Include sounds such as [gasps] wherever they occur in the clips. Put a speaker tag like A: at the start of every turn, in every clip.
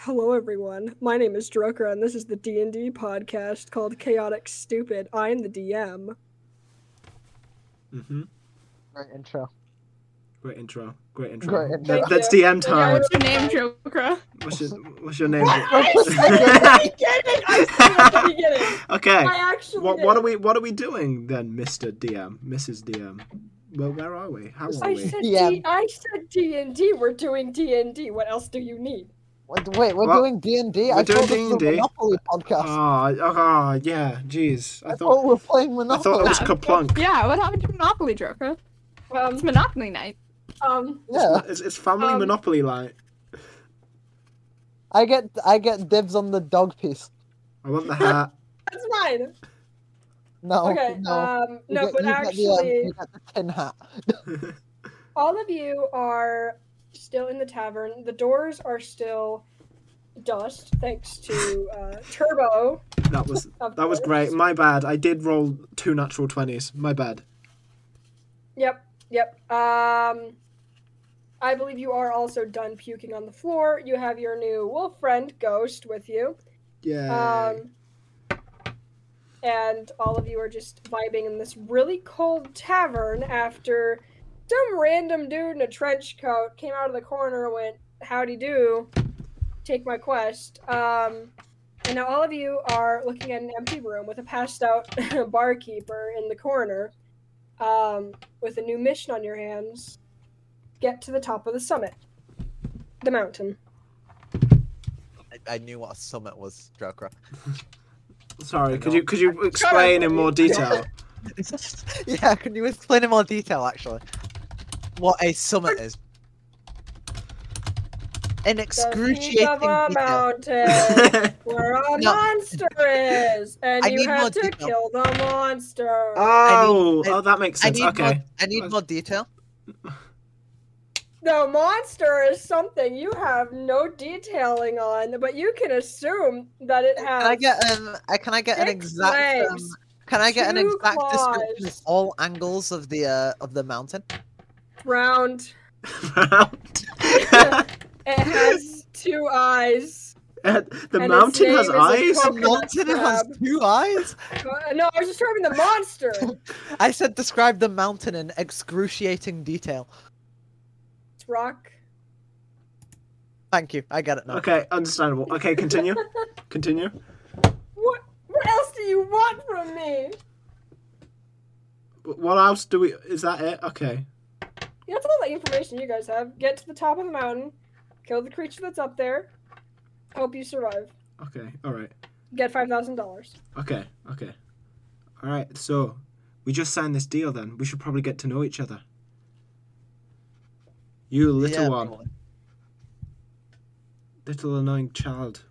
A: Hello, everyone. My name is Droker, and this is the D and D podcast called Chaotic Stupid. I'm the DM.
B: Mm-hmm.
C: Great intro.
B: Great intro. Great intro.
C: Great
B: That-
C: intro.
A: Thank
B: that's
A: you.
B: DM time.
D: What's your name, Joker?
B: What's your What's your name?
C: [laughs]
B: [laughs]
A: I said at the beginning. [laughs] I said at the beginning.
B: okay.
A: I actually.
B: What What
A: did.
B: are we What are we doing then, Mister DM, Mrs. DM? Well, where are we? How are
A: I
B: we?
A: said
C: Yeah.
A: D. I said D and D. We're doing D and D. What else do you need?
C: Wait, wait [laughs] we're
B: Well,
C: doing D and D.
B: we're
C: I
B: doing
C: thought this was
B: D&D.
C: a Monopoly podcast.
B: Ah, oh, oh, yeah. Jeez,
C: I,
B: I
C: thought,
B: thought
C: we were playing
B: I
C: Monopoly.
B: thought it was Kaplunk.
D: Yeah, what happened to Monopoly, Joker? It's
A: Um.
D: Monopoly night.
A: Um.
E: Oh.
C: Yeah,
B: It's, it's family
A: Um,
B: monopoly like.
C: I get I get dibs on the dog piece.
B: I want the hat.
A: That's mine.
C: No,
A: Okay.
C: Oh, no.
A: Um.
C: You
A: No,
C: get-
A: but
C: you get the, um,
A: actually.
C: you get the tin hat.
A: all of you are still in the tavern. The doors are still dust, thanks to uh, Turbo.
B: that was
A: of
B: That was
A: course.
B: great. My bad. I did roll two natural twenties. My bad.
A: Yep, yep. Um, I believe you are also done puking on the floor. You have your new wolf friend Ghost with you,
B: Yeah.
A: um, and all of you are just vibing in this really cold tavern after some random dude in a trench coat came out of the corner and went, "Howdy do, take my quest." Um, and now all of you are looking at an empty room with a passed out [laughs] barkeeper in the corner, um, with a new mission on your hands: get to the top of the summit, the mountain.
E: I, I knew what a summit was, Joker.
B: Sorry.
E: I
B: Could
E: know.
B: you Could you explain in more detail?
E: [laughs] yeah, can you explain in more detail, actually, what a summit is? In
A: The
E: excruciating
A: peak of a
E: detail.
A: mountain where a
E: No.
A: monster is, and
E: [laughs] I
A: you
E: need more
A: have to
E: detail.
A: kill the monster.
B: [laughs] Oh,
E: I-
B: oh, that makes
E: I
B: sense.
E: need
B: Okay.
E: more. I need more detail.
A: the monster is something you have no detailing on, but you can assume that it has
E: Can I get um? I can I get an
A: six
E: exact? Um,
A: legs,
E: can I get an
A: two
E: exact description of
A: claws.
E: all angles of the uh, of the mountain?
A: round.
B: the
A: It
E: [laughs]
A: has two eyes. its
B: mountain
A: name is
B: has eyes.
A: a
E: The
A: Coconut
E: mountain has
A: crab.
E: two eyes.
A: Uh, No, I was describing the monster.
E: I said describe the mountain in excruciating detail.
A: It's rock.
E: Thank you. I get it now.
B: Okay, understandable.
A: [laughs]
B: Okay, continue. continue.
A: What? What else do you want from me?
B: What else do we? Is that it? Okay.
A: That's all the information you guys have. Get to the top of the mountain, kill the creature that's up there. Hope you survive.
B: Okay. All right.
A: Get five thousand
E: [laughs]
A: dollars.
B: Okay. Okay. All right. So we just signed this deal. Then we should probably get to know each other. You little
E: Yeah,
B: one,
E: probably.
B: little annoying child.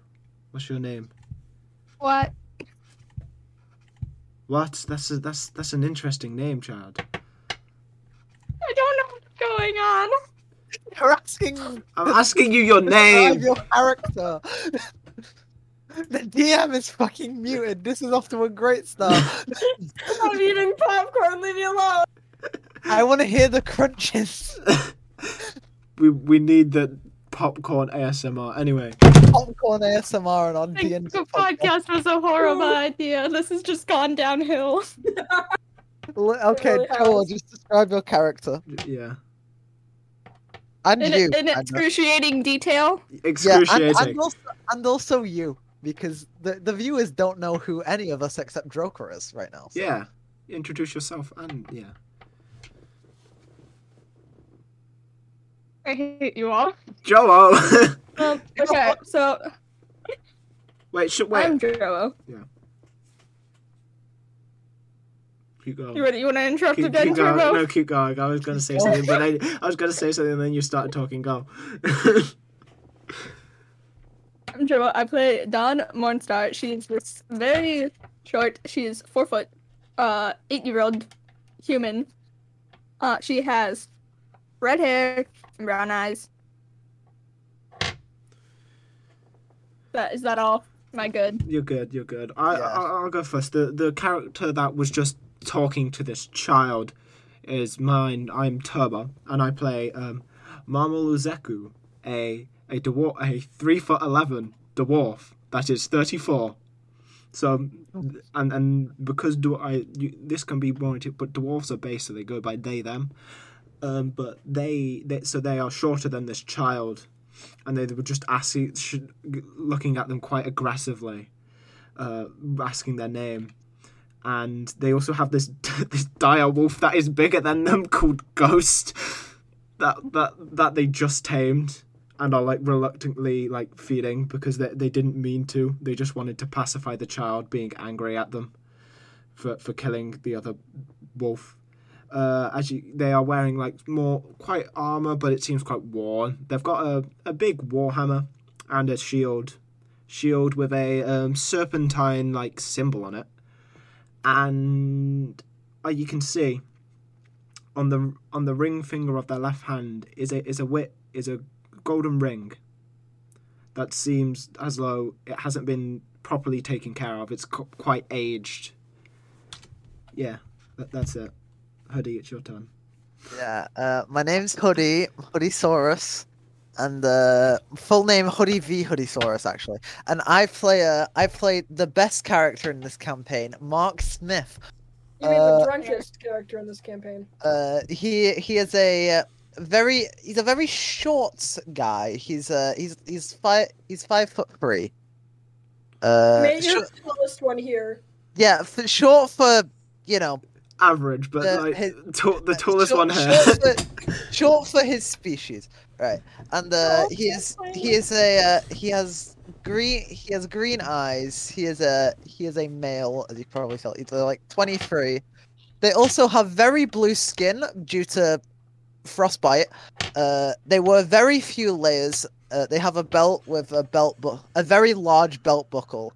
B: What's your name?
D: What?
B: What? That's a, that's that's an interesting name, child.
D: I don't know what's going on.
E: You're asking
B: I'm asking you
E: [laughs]
B: your
E: describe
B: name.
E: your character. [laughs] the DM is fucking muted. This is off to a
B: [laughs]
E: great start.
A: I'm eating popcorn. Leave me alone.
E: I want to hear the
B: [laughs]
E: crunches.
B: we we need the popcorn ASMR. Anyway.
E: Popcorn ASMR and on
D: I
E: D
D: think
E: and
D: the podcast was a
B: [laughs]
D: horrible idea. This has just gone downhill.
E: Okay,
A: really
E: Joel,
A: has.
E: just describe your character
B: Yeah.
E: and
D: In,
E: you.
D: in
E: Anna.
D: excruciating detail.
E: yeah, and,
B: Excruciating.
E: and also and also you because the the viewers don't know who any of us except Joker is right now. so-
B: Yeah. Introduce yourself and yeah.
D: I hate you all.
B: Joel. [laughs]
D: Um, okay, so
B: wait, sh- wait.
D: I'm Joe.
B: Keep going.
D: You ready? You want to interrupt
B: Keep,
D: again,
B: keep going.
D: Turbo?
B: No, keep going. I was gonna say
D: [laughs]
E: Keep
B: something, but I, I was gonna say something, and then you started talking. Go. [laughs]
D: I'm Joe. I play Dawn Mornstar. She's this very short. She is four foot, uh, eight year old human. Uh, she has red hair and brown eyes. That is that all? Am
E: [laughs]
D: I good?
B: you're good. You're good. I,
E: Yeah.
B: I I'll go first. The the character that was just talking to this child is mine. I'm Turbo, and I play um, Mamoru Zeku, a a dwarf, a three foot eleven dwarf that is thirty four. So, and and because do I you, this can be warranted, but dwarves are based, so they go by they them. Um, but they, they so they are shorter than this child, and they were just asking, sh- looking at them quite aggressively, uh, asking their name. And they also have this [laughs] this dire wolf that is bigger than them [laughs] called Ghost, that that that they just tamed and are like reluctantly like feeding because they, they didn't mean to. They just wanted to pacify the child being angry at them for, for killing the other wolf. Uh, actually, they are wearing like more quite armor, but it seems quite worn. They've got a, a big warhammer and a shield, shield with a um, serpentine like symbol on it, and uh, you can see on the on the ring finger of their left hand is a is a wit is a golden ring that seems as though it hasn't been properly taken care of. It's qu- quite aged. Yeah, that, that's it. Hoodie, it's your turn.
E: Yeah, uh, my name's Hoodie, Hoodie Saurus, and uh, full name Hoodie V Hoodie Saurus actually. And I play uh, I play the best character in this campaign, Mark Smith.
A: You mean the
C: Uh,
A: drunkest character in this campaign?
E: Uh, he he is a uh, very he's a very short guy. He's uh he's he's five he's five foot three. Uh,
A: Maybe
E: shor-
A: you're the tallest one here.
E: yeah, f- short for you know
B: Average, but
E: The-
B: like
E: his-
B: ta- the
E: uh,
B: tallest
E: short-
B: one here.
E: Short for, short for his species, right? And uh, he is he is a uh, he has green he has green eyes. He is a he is a male, as you can probably tell. He's uh, like twenty three. They also have very blue skin due to frostbite. Uh, they wear very few layers. Uh, they have a belt with a belt bu- a very large belt buckle,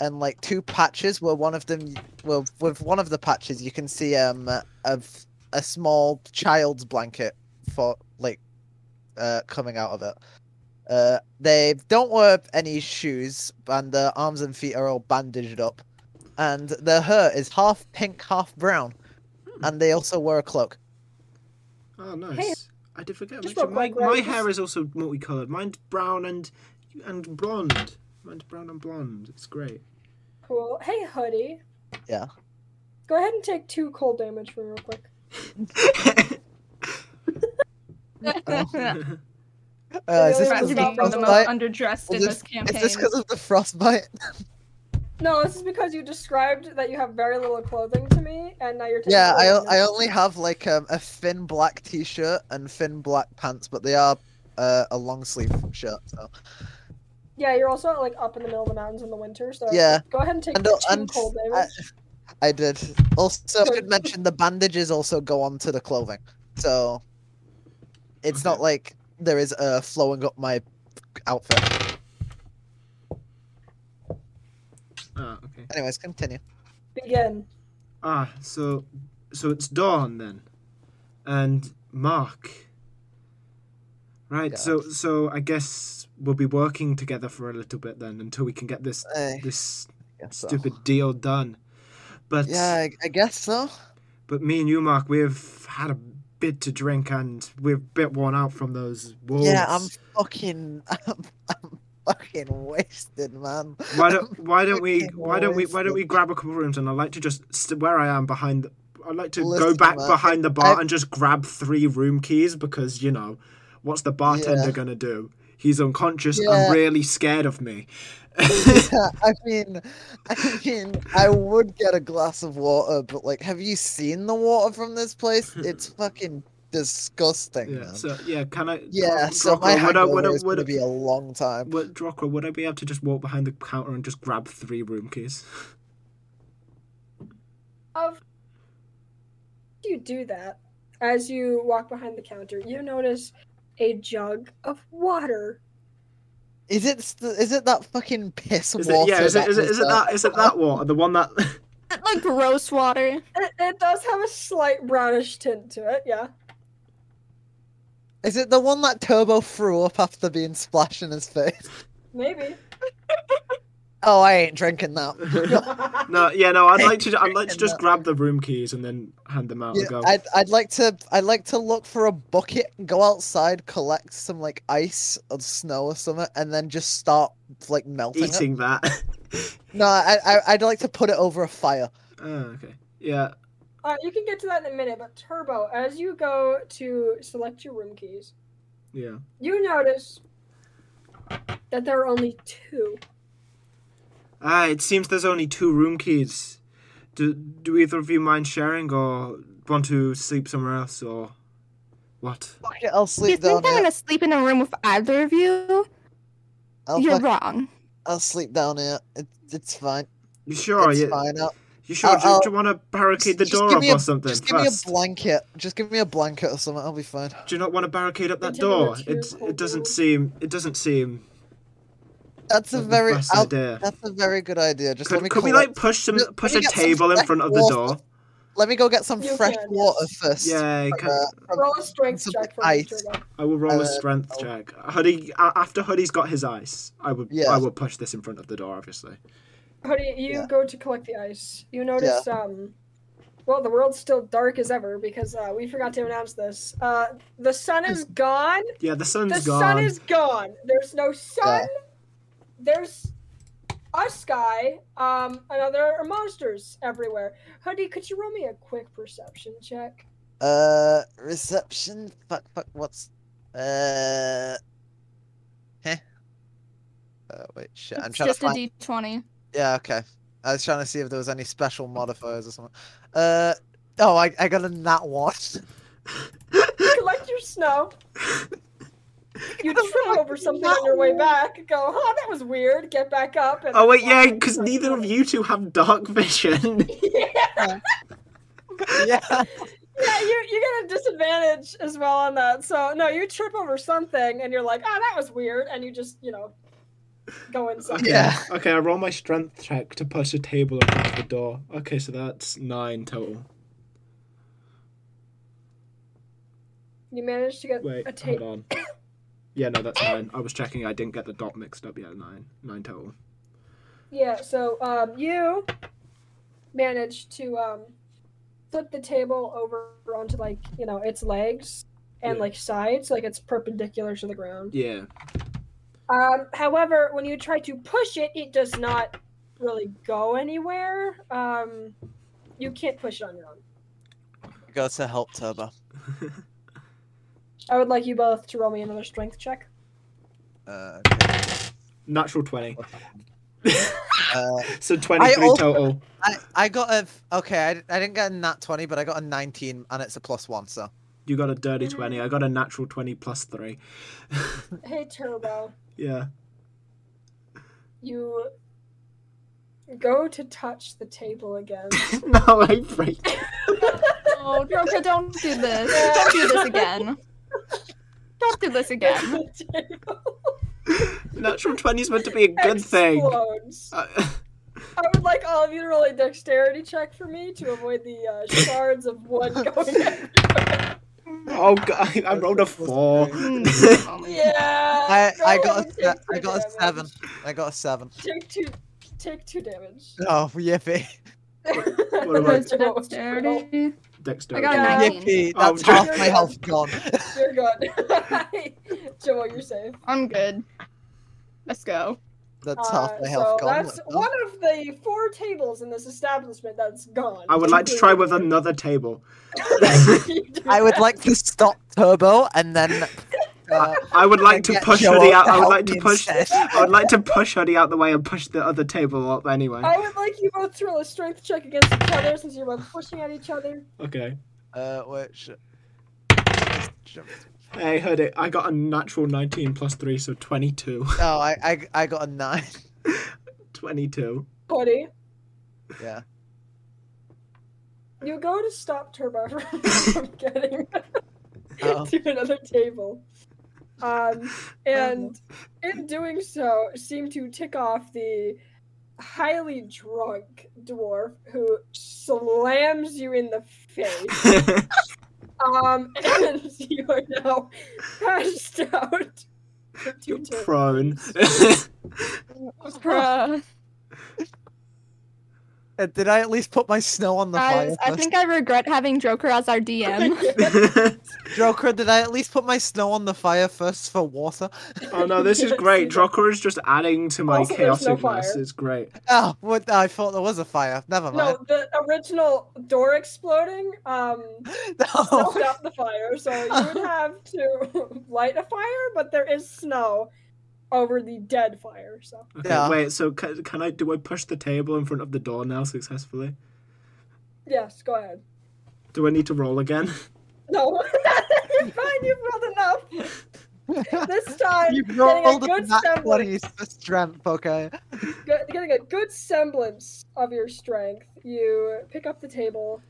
E: and like two patches. Where one of them, well, with one of the patches, you can see um of a small child's blanket for like uh coming out of it. Uh they don't wear any shoes and their arms and feet are all bandaged up. And their hair is half pink, half brown. And they also wear a cloak.
B: Oh, nice. I did forget.
A: Just
B: mention-
A: real
B: my
A: quick,
B: my
A: right,
B: hair
A: just-
B: is also multicolored. Mine's brown and and blonde. Mine's brown and blonde. It's great.
A: [laughs] Cool. Hey, hoodie.
E: Yeah.
A: Go ahead and take two cold damage for me, real quick.
B: Ah,
E: Uh, is
A: Really reminds
E: this because of
D: Friends
A: is
D: are
A: me
E: the
D: being one of the most
E: frostbite?
D: underdressed in
E: Is
D: this
E: this-
D: campaign.
E: Is this because of the frostbite?
A: No, this is because you described that you have very little clothing to me, and now you're taking.
E: yeah, I,
A: cold
E: I
A: damage.
E: only have like um, a thin black t-shirt and thin black pants, but they are uh, a long sleeve shirt. So.
A: Yeah, you're also like up in the middle of the mountains in the winter, so
E: Yeah.
A: Go ahead and take
E: And-
A: two
E: and-
A: cold
E: I,
A: damage.
E: I did. Also, I should mention the bandages also go onto the clothing, so it's
B: Okay.
E: not like there is uh, flowing up my outfit.
B: ah, [laughs] okay.
E: Anyways, continue.
A: Begin.
B: Ah, so so it's dawn then, and Mark. Right,
E: Yeah.
B: so so I guess we'll be working together for a little bit then until we can get this
E: Eh,
B: this
E: I guess so.
B: stupid deal done. But
E: Yeah, I, I guess so.
B: but me and you, Mark, we've had a bit to drink and we're a bit worn out from those wolves.
E: Yeah, I'm fucking, [laughs] I'm, I'm fucking
B: [laughs]
E: wasted, man.
B: why don't why don't
E: [laughs]
B: we
E: fucking
B: why don't we why don't we
E: wasted.
B: grab a couple of rooms and I'd like to just st- where I am behind the I'd like to go
E: Listen,
B: back
E: Mark,
B: behind the bar
E: I-
B: and just grab three room keys because you know what's the bartender
E: Yeah.
B: gonna do? He's unconscious
E: Yeah.
B: and really scared of me.
E: I mean, I mean, I would get a glass of water, but like, have you seen the water from this place?
B: [laughs]
E: It's fucking disgusting.
B: yeah.
E: man.
B: So yeah, can I?
E: Yeah,
B: Dro-
E: so
B: Drocra,
E: my
B: would I-
E: hangover
B: would I-
E: is
B: would
E: going
B: I-
E: to be a long time.
B: What Drocra, would I be able to just walk behind the counter and just grab three room keys?
A: Of you do that as you walk behind the counter, you notice a jug of water.
E: Is it st- is it that fucking piss
B: Is it,
E: water?
B: yeah, is it, is it,
E: was
B: is it
E: there?
B: that is it that water? The one that [laughs]
D: like gross water?
A: It, it does have a slight brownish tint to it. Yeah.
E: Is it the one that Turbo threw up after being splashed in his face?
A: Maybe.
E: [laughs] Oh, I ain't
B: [laughs]
E: drinking that. [laughs]
B: no, yeah, no. I'd like to. I'd like to
E: And
B: just
E: [laughs] the-
B: grab the room keys and then hand them out.
E: Yeah,
B: and go.
E: I'd, I'd like to I'd like to look for a bucket, go outside, collect some like ice or snow or something, and then just start like melting it.
B: eating that. [laughs]
E: No, I, I I'd like to put it over a fire.
B: oh, okay. Yeah.
A: Uh, you can get to that in a minute, but Turbo, as you go to select your room keys,
B: Yeah.
A: you notice that there are only two.
B: Ah, it seems there's only two room keys. Do Do either of you mind sharing, or want to sleep somewhere else, or what?
E: Fuck it, I'll
D: If you
E: sleep down
D: think I'm
E: here.
D: gonna sleep in a room with either of you,
E: I'll,
D: you're
E: fuck,
D: wrong.
E: I'll sleep down here. It, it's fine.
B: You sure?
E: it's
B: Oh, yeah.
E: fine. I'll-
B: You sure?
E: I'll-
B: do, you-
E: I'll-
B: do you want to barricade the
E: just
B: door
E: give
B: up
E: me a-
B: or something
E: Just give
B: first?
E: me a blanket. Just give me a blanket or something. I'll be fine.
B: do you not want to barricade up that
A: Pretend we're
B: door?
A: two
B: It
A: cold
B: it doesn't
A: rooms.
B: seem it doesn't seem
E: That's a
B: like the
E: very
B: best
E: I'll,
B: idea.
E: that's a very good idea. Just let me
B: Could, could we
E: collect-
B: like push some
E: Let-
B: push
E: let
B: a
E: me get some
B: table in
E: fresh
B: front of the
E: water
B: door?
E: let me go get some
A: You
E: fresh
A: can,
E: water
A: yes.
E: first.
B: Yeah,
E: from,
B: can,
E: uh, from-
A: Roll a strength
E: Some
A: check for me,
E: ice.
A: Turbo.
B: I will roll
E: uh,
B: a strength
E: oh.
B: check. Hoodie a- after Hoodie's got his ice, I would
E: Yeah.
B: I would push this in front of the door, obviously.
A: Honey, you
E: Yeah.
A: go to collect the ice. You notice, um, well, the world's still dark as ever because uh, we forgot to announce this. Uh, the sun is gone.
B: Yeah, the sun's
A: The
B: gone.
A: sun is gone. There's no sun. There's a sky. Um, another are monsters everywhere. Hoodie, could you roll me a quick perception check?
E: Uh, reception. Fuck, fuck. What's uh? Heh. Uh, wait, shit. I'm
D: it's
E: trying to
D: just
E: find.
D: a d20.
E: Yeah, okay. I was trying to see if there was any special modifiers or something. Uh, oh, I I got a nat one. [laughs]
A: Collect your
B: [laughs]
A: snow. You trip over something on your way back. Go, oh, that was weird. Get back up. And
B: Oh wait, yeah,
A: walk
B: because
A: away. [laughs]
B: neither of you two have dark vision. [laughs]
E: yeah.
A: Yeah, you you get a disadvantage as well on that. So no, you trip over something and you're like, oh, that was weird, and you just you know go inside.
B: [laughs] okay.
E: Yeah.
B: Okay, I roll my strength check to push a table in front of the door. Okay, so that's nine total.
A: You manage to get
B: Wait,
A: a tape.
B: hold on. Yeah, no, that's nine. I was checking. I didn't get the dot mixed up yet. Nine, nine total.
A: Yeah, so um you manage to um flip the table over onto like you know its legs and
B: Yeah.
A: like sides, like it's perpendicular to the ground.
B: Yeah.
A: Um, however, when you try to push it, it does not really go anywhere. Um, you can't push it on your own.
E: Go to help Turbo.
A: I would like you both to roll me another strength check.
E: Uh,
B: [laughs]
E: okay.
B: Natural twenty.
E: uh,
B: So twenty-three
E: also-
B: total.
E: I I got a okay. I, d- I didn't get a nat twenty, but I got a nineteen, and it's a plus one. So
B: You got a dirty 20. I got a natural 20 plus 3.
A: Hey Turbo,
B: Yeah.
A: you go to touch the table again.
B: [laughs] no, I break.
D: Oh, Roka, don't do this. Don't do this again. Don't do
A: [laughs]
D: this again.
B: Natural 20 is meant to
D: [laughs]
B: be a good thing.
A: Explodes.
B: Uh, [laughs]
A: I would like all of you to roll a dexterity check for me to avoid the uh, shards of wood going. in.
B: oh, God. I rolled a [laughs] Mm. 4.
D: Hmm. Oh my
A: yeah.
E: I
A: go ahead and take
E: I got a se- I
A: two
E: got a
A: damage.
E: seven. I got a seven.
A: Take two. Take two
E: [laughs]
A: damage.
E: Oh, yippee.
B: what am I-
A: [laughs] That's what was rolled.
D: Dexterity.
B: [laughs] Dexterity.
D: I got a
A: Yeah.
D: 19.
E: Yippee.
B: Oh,
E: That's
B: Joe-
E: half my
A: [laughs]
E: health gone.
A: You're good. [laughs] Joel, you're safe.
D: I'm good. Let's go.
E: That's half
A: Uh,
E: my health
A: so
E: gone.
A: that's one of the four tables in this establishment that's gone.
B: I would like to try with
A: [laughs] Completely.
B: another table.
A: You do
E: I would
A: that.
E: like to stop Turbo and
A: [laughs]
E: then. Uh,
B: I would like to
E: get
B: push
E: Joel
B: Hoodie out. I would
E: help
B: like
E: me
B: to push.
E: instead.
B: I would like to push Hoodie out the way and push the other table up anyway.
A: I would like you both to roll a strength check against each other since you're both pushing at each other.
B: Okay.
E: Uh, which.
B: Hey, Hoodie, I got a natural 19 plus 3, so [laughs] 22.
E: Oh, I, I I got a nine. [laughs]
B: 22.
A: Buddy,
E: Yeah.
A: you go to stop Turbo [laughs] from from
B: [laughs]
A: getting
E: Oh.
A: to another table.
B: [laughs]
A: Um, and in doing so, seem to tick off the highly drunk dwarf who slams you in the face.
B: [laughs]
A: Um, and you are now passed out. for two
B: You're
A: turns.
B: prone.
D: Bruh.
E: Uh, Did I at least put my snow on the
D: I,
E: fire?
D: was- I
E: first?
D: think I regret having Joker as
A: [laughs]
D: our DM.
B: [laughs]
E: Joker, did I at least put my snow on the fire first for water?
B: oh no,
A: [laughs]
B: this is great.
A: Yes.
B: Drucker is just adding to my
A: Also, there's no
B: chaoticness.
A: fire.
B: it's great.
E: Oh, what? I thought there was a fire. Never mind.
A: No, the original door exploding um [laughs]
E: No. [laughs]
A: stopped out the fire, so you would have to [laughs] light a fire, but there is snow over the dead fire. So
B: Okay,
E: Yeah.
B: wait. So can, can I do I push the table in front of the door now successfully?
A: yes, go ahead.
B: Do I need to roll again? [laughs]
A: No, [laughs] you're fine. You've rolled enough this time.
E: You
A: getting a
E: rolled
A: good
E: that
A: semblance.
E: bloody
A: [laughs]
E: strength, okay?
A: Get- getting a good semblance of your strength, you pick up the table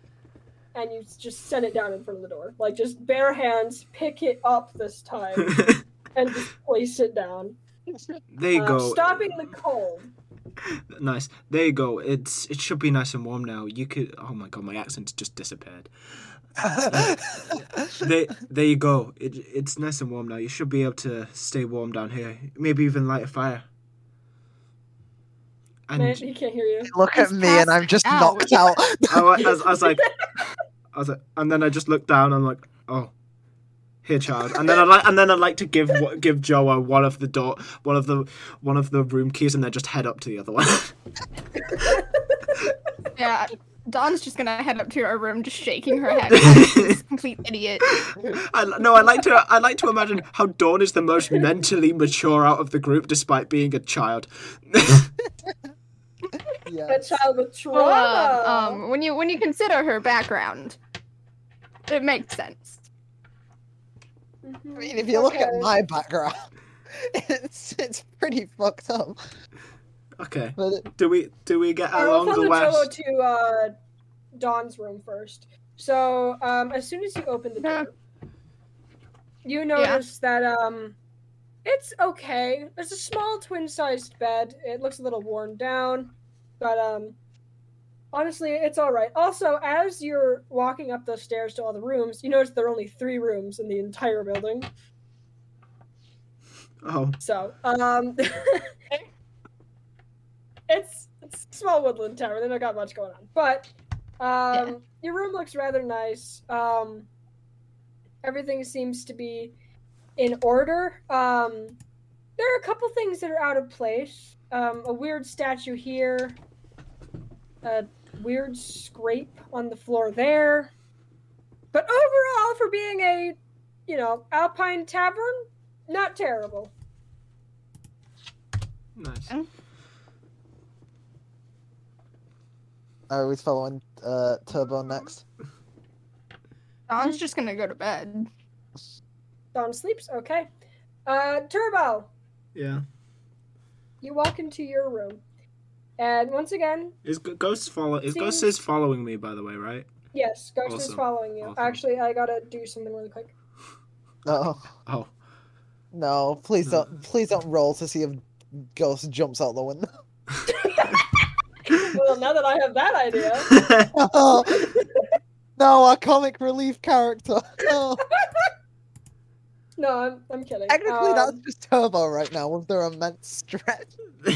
A: and you s- just set it down in front of the door. Like, just bare hands, pick it up this
B: [laughs]
A: time and just place it down.
B: there you
A: Uh,
B: go.
A: Stopping the cold.
B: Nice. There you go. It's it should be nice and warm now. You could. Oh my god, my accent's just disappeared. There, there you go. It, it's nice and warm now. You should be able to stay warm down here. Maybe even light a fire.
A: Man,
B: And
A: he can't hear you.
E: Look at
D: He's
E: me, and I'm just
D: passed
A: [laughs]
E: knocked out. [laughs]
B: I, wa- I was, I was like, I was like, and then I just looked down. I'm like, oh, here, child. And then I like, and then I'd like to give wha- give Joa one of the door, one of the one of the room keys, and then just head up to the other one.
D: [laughs]
B: [laughs]
D: yeah. Dawn's just gonna head up to her room, just shaking her
E: [laughs]
D: head. [laughs] like this complete idiot.
B: I, no, I like to. I like to imagine how Dawn is the most mentally mature out of the group, despite being a child. [laughs]
A: A
C: Yes.
A: child with trauma.
D: Well, uh, um, when you when you consider her background, it makes sense.
A: Mhm,
E: I mean, if you look at
A: okay.
E: my background, [laughs] it's it's pretty fucked up.
B: okay,
C: But it,
B: do we do we get
A: I will
B: along the
A: follow Joe
B: west?
A: to uh, Dawn's room first. So um, as soon as you open the
D: Yeah.
A: door, you notice that um, it's okay. It's a small twin-sized bed. It looks a little worn down, but um, honestly, it's all right. Also, as you're walking up those stairs to all the rooms, you notice there are only three rooms in the entire building.
B: Oh,
A: So, um, [laughs] it's, it's a small woodland tower. They don't got much going on, but um,
D: Yeah.
A: your room looks rather nice. Um, everything seems to be in order. Um, there are a couple things that are out of place. Um, a weird statue here. A weird scrape on the floor there. But overall, for being a, you know, alpine tavern, not terrible.
B: nice.
E: I always following uh, Turbo next.
D: Dawn's just gonna go to bed.
A: Dawn sleeps. Okay. Uh, Turbo,
B: Yeah.
A: you walk into your room, and once again,
B: Is G- Ghost follow? Is Ghost
A: Seems-
B: is following me? By the way, right?
A: yes, Ghost is
B: Awesome.
A: following you.
B: Awesome.
A: Actually, I gotta do something really quick.
E: No,
B: Oh, [laughs]
E: no, please
B: No.
E: don't, please don't roll to see if Ghost jumps out
A: [laughs]
E: the window. [laughs]
A: Well, now that I have that idea,
E: no, our comic relief
A: [laughs]
E: character. No.
A: no, I'm, I'm kidding.
E: Technically,
A: Um,
E: that's just Turbo right now with their immense
A: [laughs]
E: stretch. I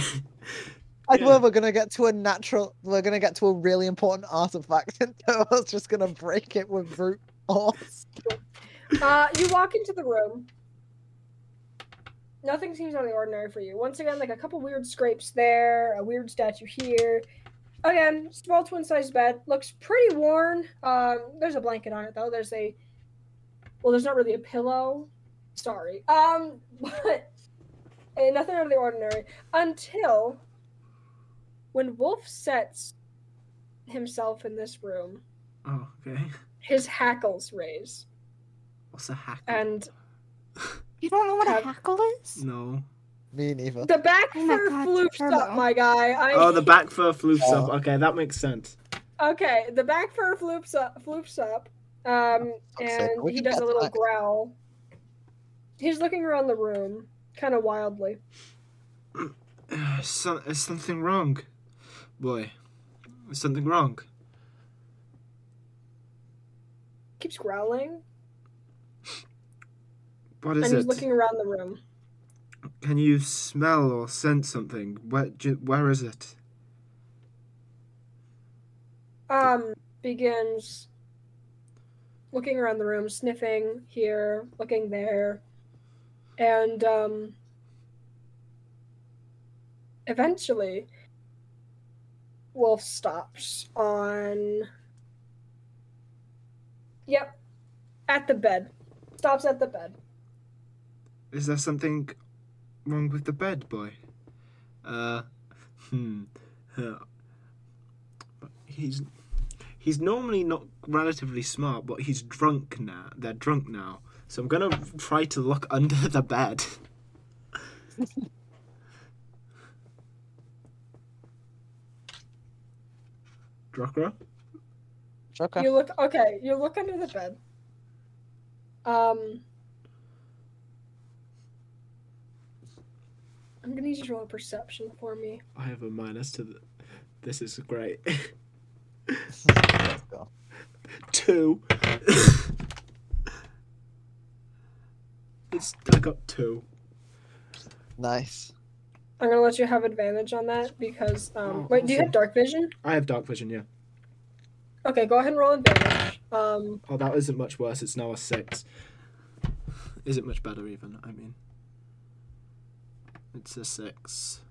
B: Oh, Yeah.
E: swear we're gonna get to a natural. We're gonna get to a really important artifact, [laughs] and Turbo's just gonna break it with brute force.
A: Uh, you walk into the room. Nothing seems out of the ordinary for you. Once again, like a couple weird scrapes there, a weird statue here. Again, small twin sized bed. Looks pretty worn. Um, there's a blanket on it though. There's a well, there's not really a pillow. Sorry. Um, [laughs] but eh, nothing out of the ordinary until when Wolf sets himself in this room,
B: oh, okay.
A: his hackles raise
B: What's a hack?
A: and
D: You don't know what
A: Have-
D: a hackle is?
B: No.
E: Me neither.
A: The back
D: Oh my
A: fur
D: God,
A: floofs
D: Turbo.
A: up, my guy. I,
B: Oh, the back fur floofs
E: Oh.
B: up. Okay, that makes sense.
A: Okay, the back fur floofs up, floofs up, um,
E: fuck's sake,
A: and
E: we
A: he
E: can
A: does
E: get
A: a little
E: back.
A: growl. He's looking around the room, kind of wildly.
B: So, is something wrong, boy? Is something wrong?
A: Keeps growling,
B: What is
A: and he's
B: it?
A: looking around the room.
B: Can you smell or sense something? Where do, where is it?
A: um begins looking around the room, sniffing here, looking there, and um eventually Wolf stops on Yep. At the bed. Stops at the bed.
B: Is there something wrong with the bed, boy? Uh, hmm. huh. But He's he's normally not relatively smart, but he's drunk now. They're drunk now, so I'm gonna try to look [laughs] under the bed. Drokra?
E: Okay.
A: You look okay. You look under the bed. Um, I'm gonna need you to roll a perception for me.
B: I have a minus to the. This is great. [laughs]
E: Let's go.
B: two. [laughs] it's I got two.
E: Nice.
A: I'm gonna let you have advantage on that because um,
B: Oh,
A: wait, do you have
B: awesome.
A: dark vision?
B: I have dark vision, yeah.
A: Okay, go ahead and roll advantage. Um,
B: Oh, that isn't much worse. It's now a six. Isn't much better even. I mean, it's a six.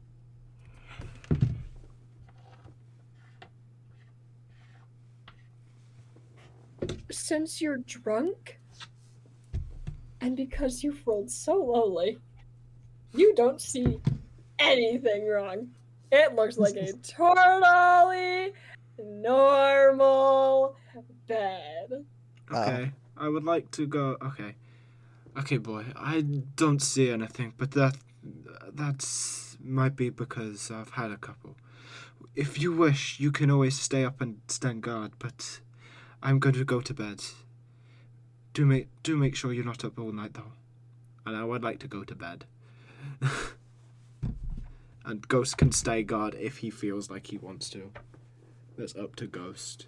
A: since you're drunk, and because you've rolled so lowly, you don't see anything wrong. It looks like a totally normal bed.
E: Oh.
B: Okay. I would like to go. Okay. Okay, boy. I don't see anything, but that that's might be because I've had a couple. If you wish, you can always stay up and stand guard, but I'm going to go to bed. Do make do make sure you're not up all night though. And I would like to go to bed. [laughs] and Ghost can stay guard if he feels like he wants to. That's up to Ghost.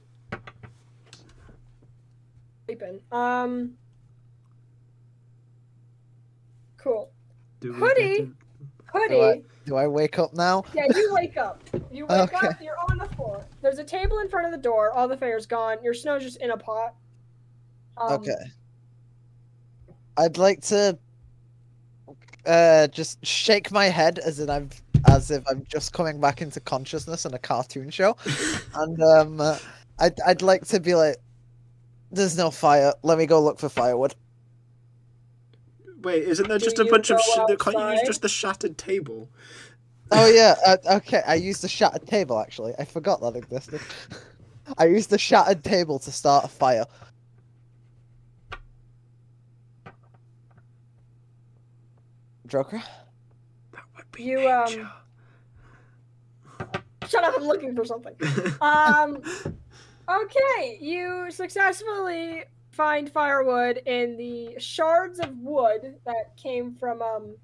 A: sleeping. Um. Cool.
B: Do we
A: Hoodie?
B: get to-
A: Hoodie.
E: Right. Do I wake up now?
A: Yeah, you wake up. You wake
E: Okay.
A: up. You're on the floor. There's a table in front of the door. All the fire's gone. Your snow's just in a pot. Um,
E: Okay. I'd like to uh just shake my head as in I'm as if I'm just coming back into consciousness in a cartoon show. and um uh, I'd I'd like to be like there's no fire. Let me go look for firewood.
B: Wait, isn't there
A: Do
B: just a
A: you
B: bunch of
A: go
B: sh- can't you use
A: outside?
B: just the shattered table?
E: Oh yeah, uh, okay. I used the shattered table actually. I forgot that existed. [laughs] I used the shattered table to start a fire. Joker.
B: That would be
A: You, um,
B: nature.
A: Shut up! I'm looking for
E: [laughs]
A: something. Um. okay, you successfully find firewood in the shards of wood that came from um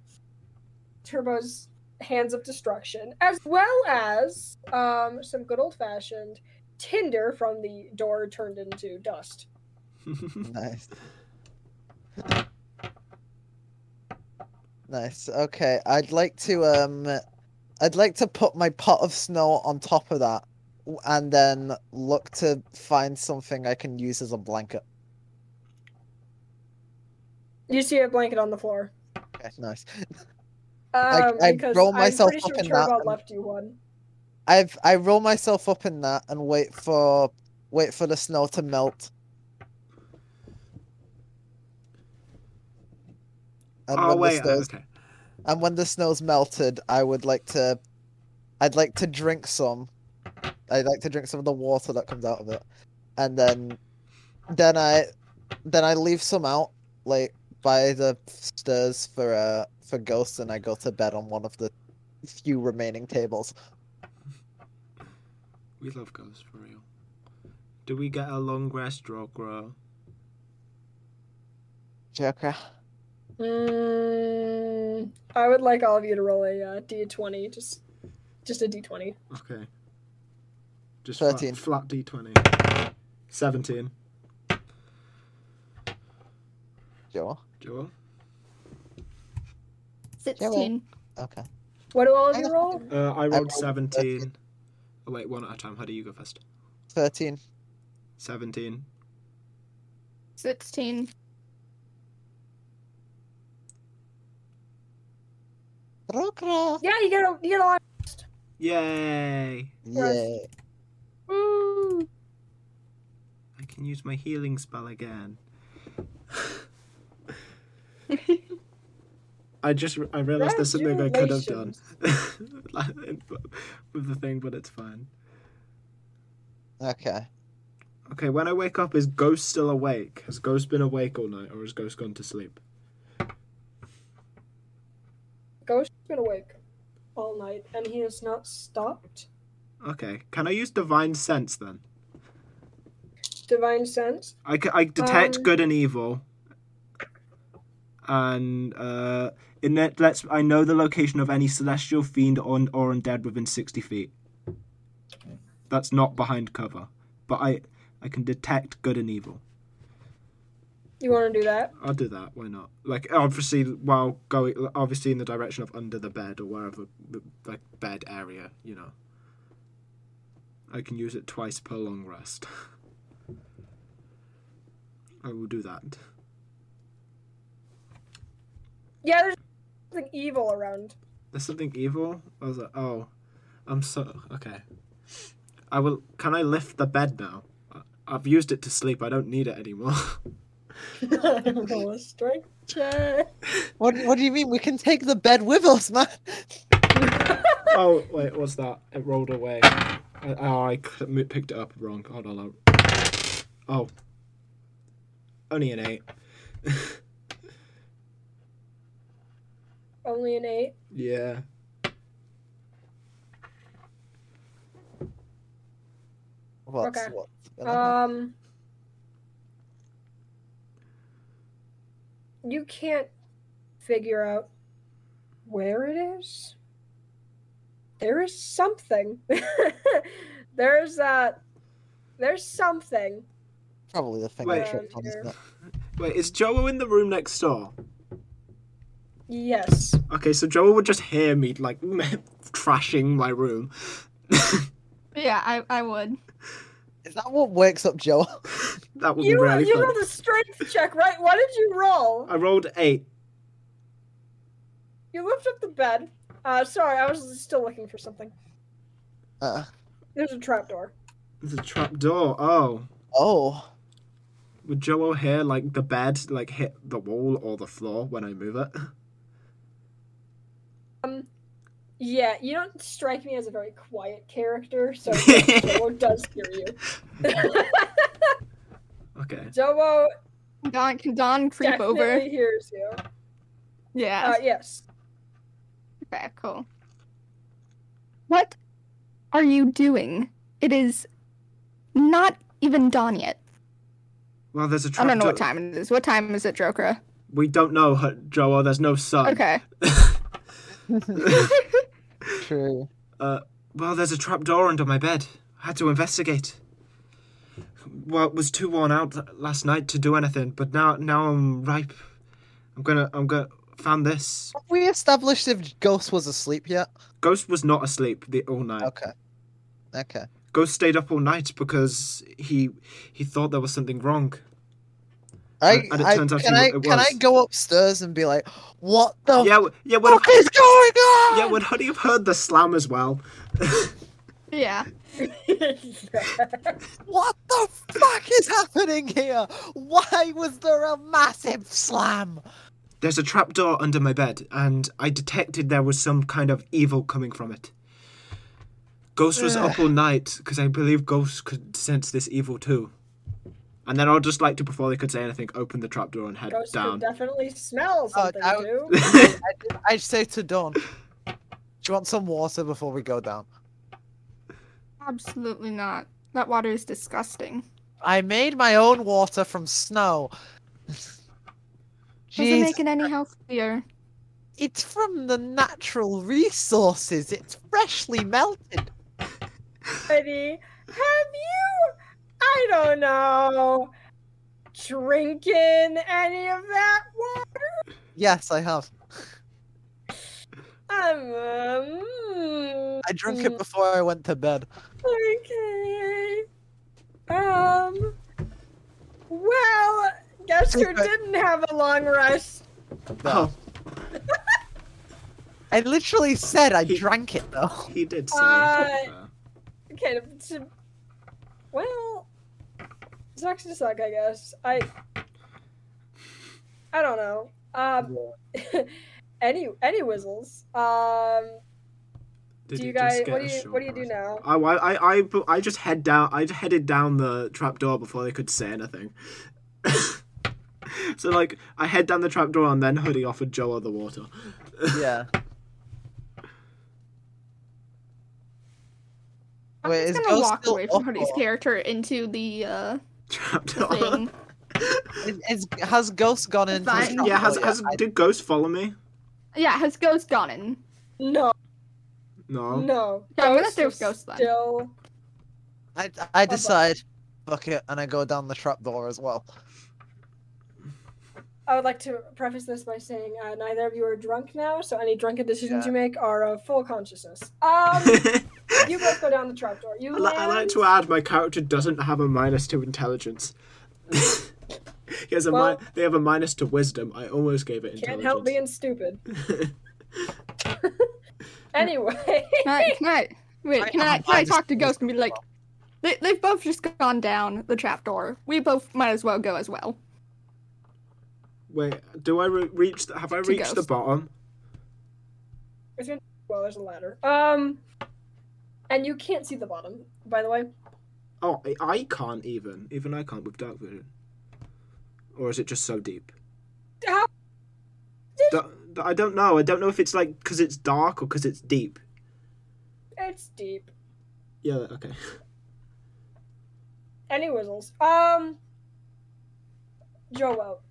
A: Turbo's hands of destruction, as well as um some good old fashioned tinder from the door turned into dust. um,
B: [laughs]
E: [laughs] Nice. Nice. Okay, I'd like to um, I'd like to put my pot of snow on top of that, w- and then look to find something I can use as a blanket.
A: You see a blanket on the floor.
E: Okay, nice.
A: Um,
E: I
A: because
E: roll myself
A: I'm
E: up
A: pretty
E: in
A: sure
E: that
A: Turbo
E: and-
A: left you one.
E: I've I roll myself up in that and wait for wait for the snow to melt. And
B: oh
E: when the
B: wait, uh,
E: snow's-
B: okay.
E: And when the snow's melted, I would like to, I'd like to drink some. I'd like to drink some of the water that comes out of it, and then, then I, then I leave some out like by the stairs for uh for ghosts, and I go to bed on one of the few remaining tables.
B: We love ghosts for real. Do we get a long rest, Drogro?
E: Joker.
A: Mm, I would like all of you to roll a uh, d20, just just a d20.
B: Okay. Just
E: Thirteen.
B: Flat, flat d20. Seventeen.
E: Joe.
B: Joel.
D: 16.
E: Okay.
A: What do all of
E: I
A: you
E: don't
A: roll?
E: Um,
B: Uh, I rolled
E: rolled
B: seventeen. Oh wait, one at a time. How do you go first?
E: Thirteen.
B: 17.
D: 16.
E: Rokra.
A: Yeah, you get a you get a lot.
B: Yay!
E: Yeah.
A: Woo.
B: I can use my healing spell again. I just I realized there's something I could have done [laughs] with the thing, but it's fine.
E: Okay.
B: Okay, when I wake up, is Ghost still awake? Has Ghost been awake all night, or has Ghost gone to sleep?
A: Ghost's been awake all night, and he has not stopped.
B: Okay, can I use Divine Sense then?
A: Divine sense.
B: I, c- I detect
A: Um,
B: good and evil, and uh, in it lets I know the location of any celestial fiend or or undead within sixty feet. That's not behind cover, but I I can detect good and evil.
A: You want to do that?
B: I'll do that. Why not? Like obviously while going obviously in the direction of under the bed or wherever the like bed area, you know. I can use it twice per long rest. [laughs] I will do that.
A: Yeah, there's something evil around.
B: There's something evil. I was like, oh, I'm so okay. I will. Can I lift the bed now? I- I've used it to sleep. I don't need it anymore.
A: [laughs]
B: [laughs]
A: Roll a strength check.
E: What What do you mean? We can take the bed with us, man. [laughs]
B: oh wait, what's that? It rolled away. I, oh, I c- m- picked it up wrong. Hold on. I'll- Oh, only an eight.
A: Only an eight.
B: Yeah.
E: What's
A: Okay.
E: what? Uh,
A: Um, you can't figure out where it is. There is something. [laughs] there's uh There's something.
E: Probably the thing
B: Wait.
E: I tripped on, isn't it?
B: Wait, is Joel in the room next door?
A: Yes.
B: Okay, so Joel would just hear me like [laughs] trashing my room.
D: Yeah, I, I would.
E: Is that what wakes up Joel? [laughs]
B: That would be
A: You
B: really
A: you
B: fun.
A: rolled a strength check, right? What did you roll?
B: I rolled eight.
A: You lift up the bed. Uh, sorry, I was still looking for something.
E: Uh,
A: There's a trapdoor.
B: There's a trap door. Oh.
E: oh.
B: Would Joel hear like the bed like hit the wall or the floor when I move it? [laughs]
A: Yeah, you don't strike me as a very quiet character, so Zobo does hear you.
B: Okay.
A: Zobo
D: Don can Don creep
A: definitely
D: over?
A: hears you.
D: Yeah.
A: Uh, yes.
D: okay, cool. What are you doing? It is not even dawn yet.
B: Well, there's a
D: I
B: trap
D: don't know
B: door.
D: what time it is. What time is it, Drokra?
B: We don't know, H- Joel. There's no sun.
D: Okay.
E: True.
B: [laughs] Well, there's a trap door under my bed. I had to investigate. Well, was too worn out l- last night to do anything, but now now I'm ripe. I'm gonna I'm gonna found this.
E: Have we established if Ghost was asleep yet?
B: Ghost was not asleep the all night.
E: Okay. Okay.
B: Ghost stayed up all night because he he thought there was something wrong.
E: I,
B: and it
E: I,
B: turns out
E: can
B: he-
E: I
B: it
E: can I
B: was.
E: go upstairs and be like, what
D: Oh.
E: the
B: yeah, w- yeah. When
E: fuck is going on?
B: Yeah, would Honey have heard the slam as well?
D: yeah.
E: What the fuck is happening here? Why was there a massive slam?
B: There's a trapdoor under my bed, and I detected there was some kind of evil coming from it. Ghost was up all night because I believe Ghost could sense this evil too. And then I'll just like to, before they could say anything, open the trapdoor and head
A: Ghost can
B: down. [laughs]
A: definitely smell
E: Oh,
A: something
E: I-
A: too.
E: I'd say to Dawn, do you want some water before we go down?
D: Absolutely not. That water is disgusting.
E: I made my own water from snow. [laughs]
D: Doesn't
E: Jeez,
D: make it any healthier.
E: it's from the natural resources. It's freshly melted.
A: Heidi, have you? I don't know. Drinking any of that water?
E: Yes, I have.
A: Um, mm, Um,
D: Mm.
E: I drank it before I went to bed.
A: okay. Um. Well, guess who
E: Okay.
A: didn't have a long rest?
E: No.
B: Oh.
E: I literally said I
B: He-
E: drank it though.
B: [laughs] Oh, he did say.
A: Uh, Kind of. to- well, sucks to suck, I guess. I. I don't know. Um. [laughs] any any whistles? Um.
B: Did
A: do
B: he
A: you guys?
B: just get
A: What
B: a
A: do you
B: short
A: What do you do
B: rest?
A: now?
B: I, I, I- I, bu- I just head down. I headed down the trapdoor before they could say anything. [laughs] so like, I head down the trapdoor and then Hoodie offered Joel the water. [laughs]
E: Yeah.
D: I'm
E: [laughs] Wait,
D: just
E: is
D: gonna
E: Ghost
D: walk
E: still
D: away from Hoodie's
E: awful?
D: character into
E: [laughs]
D: the uh the
B: Trapdoor.
D: thing.
E: Is, is, has Ghost gone into the
D: Fine.
E: trapdoor
B: yeah, has,
E: yet?
B: has
E: I-
B: did Ghost follow me?
D: yeah, has Ghost gone in?
A: No.
B: No.
A: No.
D: Yeah, I'm gonna
A: Ghost
D: stay with
A: is
D: Ghost then.
A: Still.
E: I, I decide, fuck it, and I go down the trapdoor as well.
A: I would like to preface this by saying uh, neither of you are drunk now, so any drunken decisions
E: Yeah.
A: you make are of full consciousness. Um,
B: [laughs] [laughs] I,
A: you both go down the trapdoor. You
B: li- I like
A: land-
B: to add my character doesn't have a minus to intelligence. [laughs] he has a
A: Well-
B: mi- they have a minus to wisdom. I almost gave it
A: Can't
B: intelligence.
A: help being stupid. anyway,
D: Can I, can I wait?
E: I-
D: Can I,
E: I'm-
D: can I
E: I'm just-
D: talk to Ghost and be like, they, they've both just gone down the trapdoor. We both might as well go as well.
B: [laughs] Wait, do I re- reach? The, have I
D: To
B: reached the
D: Ghost.
B: bottom?
A: well, there's a ladder. Um, and you can't see the bottom, by the way.
B: Oh, I, I can't even. Even I can't with dark vision. Or is it just so deep?
A: How-
B: Da- da- I don't know. I don't know if it's like because it's dark or because it's deep.
A: It's deep.
B: Yeah. Okay.
A: Any whistles? Um, Joel,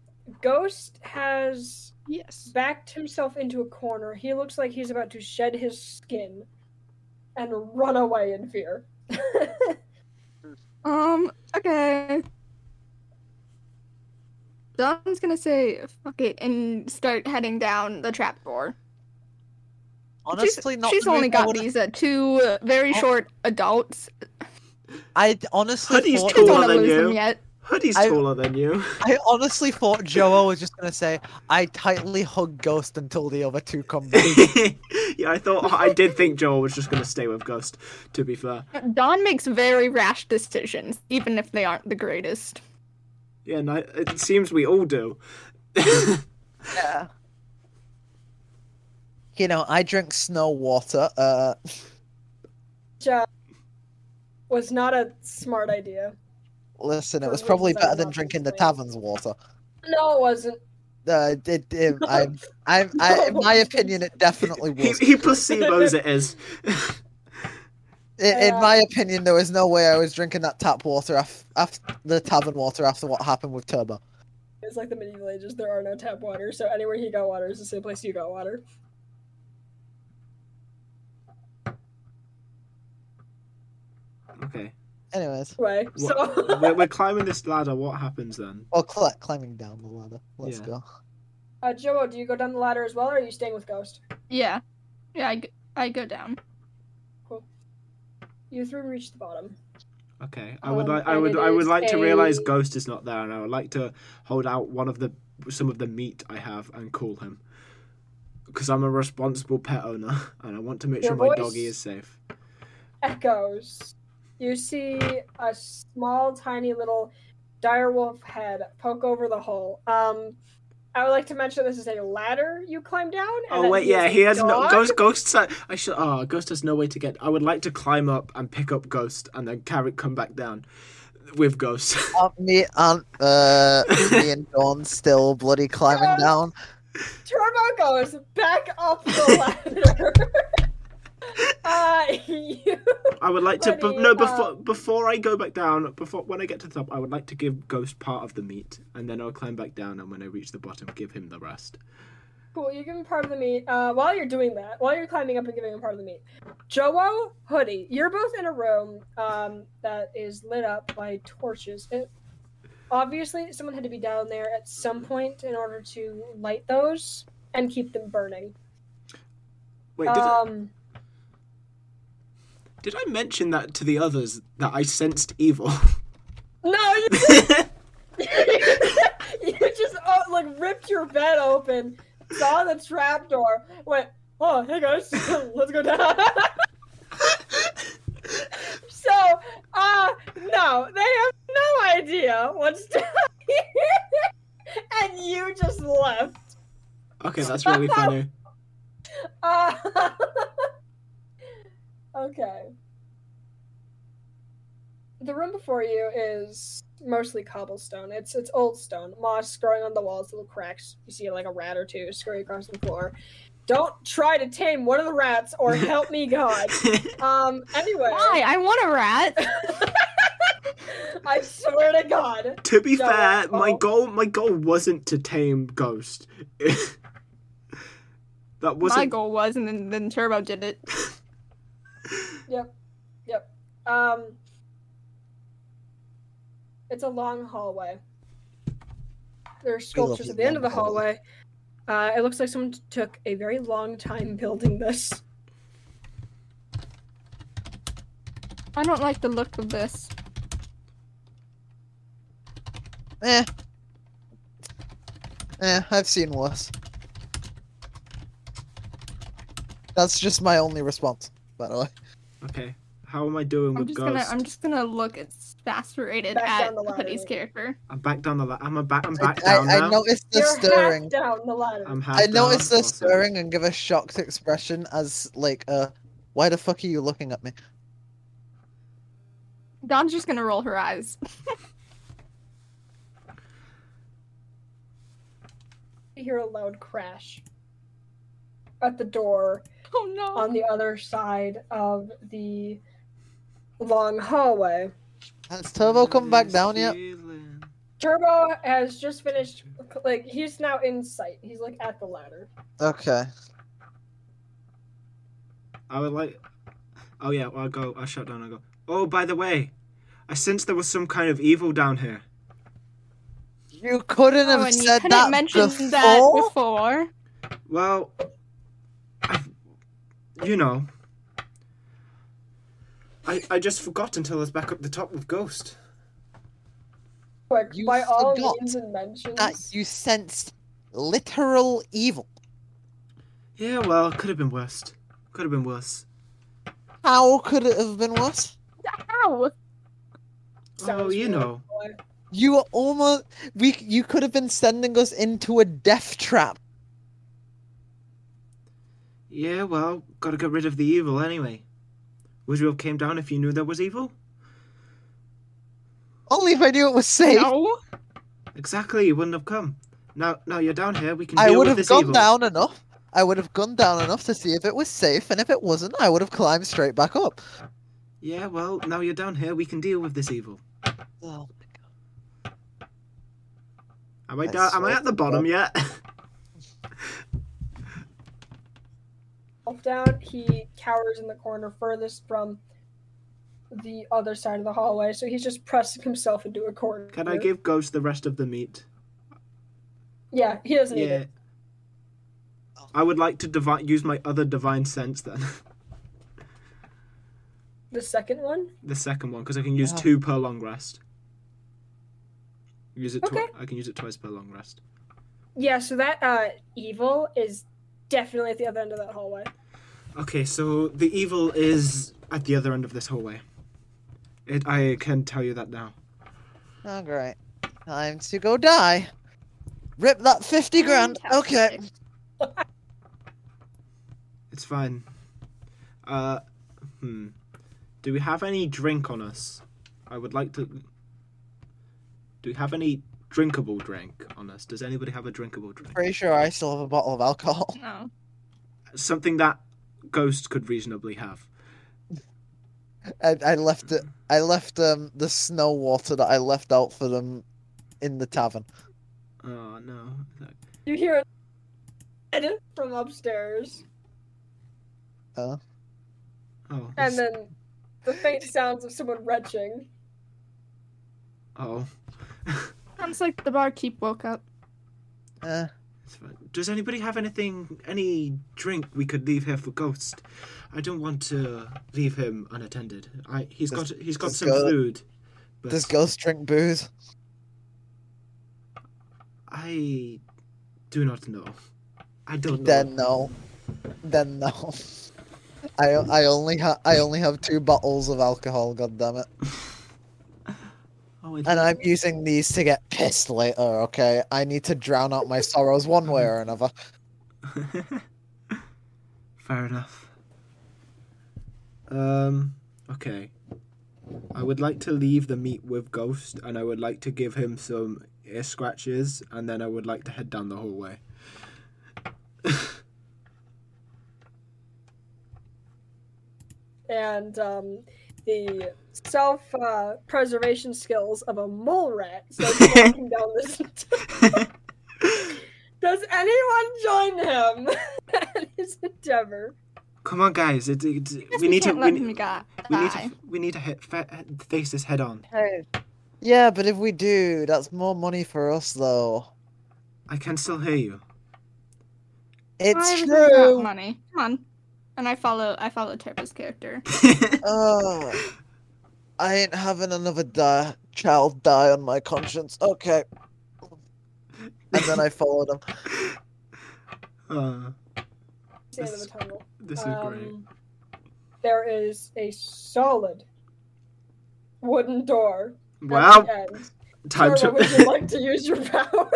A: Ghost has
D: Yes.
A: backed himself into a corner. He looks like he's about to shed his skin and run away in fear.
D: Um. Okay. Don's gonna say fuck it and start heading down the trapdoor.
E: Honestly,
D: she's,
E: not.
D: She's
E: the move
D: only
E: I
D: got
E: would've-
D: these uh, two uh, very
E: Oh.
D: short adults.
E: I d- honestly
B: Hoodie's
E: thought.
B: Taller
D: Just don't wanna
B: than
D: lose them
B: you.
D: yet.
B: Hoodie's
E: I-
B: taller than you.
E: I honestly thought Joel was just gonna say, "I tightly hug Ghost until the other two come back."
B: [laughs] yeah, I thought I did think Joel was just gonna stay with Ghost. To be fair,
D: Don makes very rash decisions, even if they aren't the greatest.
B: yeah, and I, it seems we all do.
E: yeah. You know, I drink snow water. Uh,
A: Which, uh, was not a smart idea.
E: listen, it
A: For
E: was probably
A: reasons I
E: better
A: will
E: than
A: not
E: drinking the
A: explain.
E: tavern's water.
A: No, it wasn't.
E: Uh, it, it, I, I, I, in my opinion, it definitely
B: he,
E: was.
B: he placebos it is.
E: In, in my opinion, there was no way I was drinking that tap water after, after the tavern water after what happened with Turbo.
A: It's like the medieval ages. There are no tap water, so anywhere he got water is the same place you got water.
B: okay.
E: Anyways,
A: Anyway,
B: What-
A: so
B: we're, we're climbing this ladder. What happens then?
E: well, cl- climbing down the ladder. Let's
B: Yeah.
E: go.
A: uh, Joel, do you go down the ladder as well, or are you staying with Ghost?
D: Yeah. Yeah, I, g- I go down.
A: You three reach the bottom.
B: Okay, I would
A: Um,
B: like I
A: and
B: would
A: it
B: I would
A: is
B: like to realize
A: a-
B: Ghost is not there, and I would like to hold out one of the some of the meat I have and call him, because I'm a responsible pet owner, and I want to make
A: Your
B: sure my
A: voice-
B: doggy is safe.
A: Echoes. You see a small, tiny little direwolf head poke over the hole. Um, I would like to mention this is a ladder you climb down. and
B: Oh
A: that
B: wait, yeah,
A: is a
B: he has no
A: dog.
B: Ghost. Ghost, I should. Oh, Ghost has no way to get. I would like to climb up and pick up Ghost, and then carry come back down with Ghost. [laughs]
E: Aren't me and uh, me and Dawn still bloody climbing down.
A: [laughs] Turbo goes back up the
B: [laughs]
A: ladder. [laughs] uh, [laughs] you...
B: I would like to. But
A: Buddy,
B: no,
A: uh,
B: before before I go back down, before when I get to the top, I would like to give Ghost part of the meat, and then I'll climb back down, and when I reach the bottom, give him the rest.
A: Cool, you give him part of the meat. Uh, while you're doing that, while you're climbing up and giving him part of the meat, Joe Hoodie, you're both in a room um, that is lit up by torches. It, obviously, someone had to be down there at some point in order to light those and keep them burning.
B: Wait, did, I,
A: Um, [laughs]
B: did I mention that to the others that I sensed evil? [laughs]
A: No, you [laughs] you just uh, like ripped your bed open, saw the trapdoor, went, oh, hey guys, [laughs] let's go down. [laughs] so, uh, no, they have no idea what's [laughs] down here. and you just left.
B: okay, that's really funny.
A: [laughs] Uh, [laughs] okay. The room before you is mostly cobblestone. It's it's old stone, moss growing on the walls, little cracks. You see like a rat or two scurry across the floor. Don't try to tame one of the rats, or help me God. Um. Anyway,
D: Why? I want a rat.
A: I swear to God.
B: to be
A: No,
B: fair, my
A: oh.
B: goal my goal wasn't to tame Ghost. [laughs] that wasn't
D: My goal was, and then, then Turbo did it.
A: Yep. Yep. Um. It's a long hallway. There are sculptures at the end of the
E: long
A: hallway. Uh, it looks like someone t- took a very long time building this.
D: I don't like the look of this.
E: Eh. Eh, I've seen worse. That's just my only response, by the way.
B: okay. How am I doing
D: I'm
B: with
D: just
B: Ghost?
D: gonna I'm just gonna look exasperated
A: Back
D: at
A: down the ladder,
D: Hoodie's
A: wait.
D: character.
B: I'm back down the. La- I'm a back. I'm back
E: I,
B: down
E: I,
B: now.
E: I noticed the
A: You're half
E: stirring.
A: down the ladder.
B: I'm half
E: I
B: down.
E: noticed the
B: Awesome.
E: stirring and give a shocked expression as like, uh, why the fuck are you looking at me?
D: Don's just gonna roll her eyes. [laughs]
A: you hear a loud crash at the door
D: Oh no.
A: on the other side of the long hallway.
E: Has Turbo come back down yet?
B: Feeling-
A: Turbo has just finished, like, he's now in sight. He's, like, at the ladder.
E: Okay.
B: I would like. Oh yeah, I'll go. I'll shut down. I go. Oh, by the way, I sensed there was some kind of evil down here.
E: You couldn't
D: Oh,
E: have
D: and you
E: said
D: couldn't
E: that
D: mention
E: before.
D: that before.
B: Well, I, you know, I I just forgot until I was back up the top with Ghost.
A: Quick,
E: You
A: by all
E: forgot
A: means and mentions.
E: That you sensed literal evil.
B: Yeah, well, could have been worse. Could have been worse.
E: How could it have been worse?
D: Ow!
B: oh,
A: Sounds
B: you
A: really
B: know.
A: annoying.
E: You were almost we. You could have been sending us into a death trap.
B: Yeah, well, gotta get rid of the evil anyway. Would you have came down if you knew there was evil?
E: Only if I knew it was safe.
D: No.
B: Exactly, you wouldn't have come. Now, now you're down here. We can
E: I
B: deal
E: would
B: with
E: have
B: this
E: gone
B: evil.
E: down enough. I would have gone down enough to see if it was safe, and if it wasn't, I would have climbed straight back up.
B: Yeah, well, now you're down here. We can deal with this evil.
E: Oh.
B: Am I
E: I
B: down? Am I
E: swear
B: at the
E: to
B: bottom
E: God.
B: yet? [laughs]
A: Wolf down, he cowers in the corner furthest from the other side of the hallway, so he's just pressing himself into a corner.
B: can I give Ghost the rest of the meat?
A: Yeah, he doesn't need
B: Yeah.
A: it.
B: I would like to divi- use my other divine sense then, [laughs]
A: The second one?
B: the second one, because I can use
E: Yeah.
B: two per long rest. Use it. Tw-
A: Okay.
B: I can use it twice per long rest.
A: Yeah, so that uh evil is definitely at the other end of that hallway.
B: Okay, so the evil is at the other end of this hallway. It, I can tell you that now.
E: Oh, great. Time to go die. Rip that
D: Mm,
E: 50 grand. Okay.
D: Fantastic.
B: It's fine. Uh, hmm. Do we have any drink on us? I would like to. Do we have any drinkable drink on us? Does anybody have a drinkable drink?
E: Pretty sure I still have a bottle of alcohol. [laughs]
D: No.
B: Something that Ghost could reasonably have.
E: I, I left it. I left um the snow water that I left out for them in the tavern.
B: Oh no.
A: You hear it from upstairs.
B: Oh.
A: And then the faint sounds of someone retching.
B: Oh.
D: Sounds like the barkeep woke up.
E: Uh,
B: It's fine. Does anybody have anything, any drink we could leave here for Ghost? I don't want to leave him unattended. I he's
E: Does-
B: got he's got
E: does
B: some
E: Ghost-
B: food. But
E: Does ghost drink booze?
B: I do not know. I don't know.
E: Then no. Then no. [laughs] I, I only ha- I only have two bottles of alcohol. God damn it!
B: oh, it-
E: And I'm using these to get pissed later. Okay, I need to drown out my sorrows one way or another.
B: [laughs] Fair enough. Um. Okay. I would like to leave the meat with Ghost, and I would like to give him some ear scratches, and then I would like to head down the hallway.
A: and um, the self uh, preservation skills of a mole rat starts
B: [laughs]
A: walking down this. [laughs] Does anyone join him [laughs] in his endeavor?
B: Come on, guys! It, it,
D: Guess
B: we need to.
D: can't let
B: We,
D: him
B: ne-
D: go-
B: we need
D: die.
B: to. We need to hit, fa- face this head on.
E: Yeah, but if we do, that's more money for us, though.
B: I can still hear you. [laughs]
E: It's
D: Why would they want
E: true.
D: Money. Come on. And I follow. I follow Turbo's character.
E: Oh, I ain't having another di- child die on my conscience. Okay. And then I followed him.
B: Uh,
A: It's the end of the
B: This-
A: tunnel.
B: this is great.
A: Um, there is a solid wooden door. at the
B: Well,
A: end.
B: time
A: Torva, would
B: [laughs]
A: you
B: to.
A: like to use your power?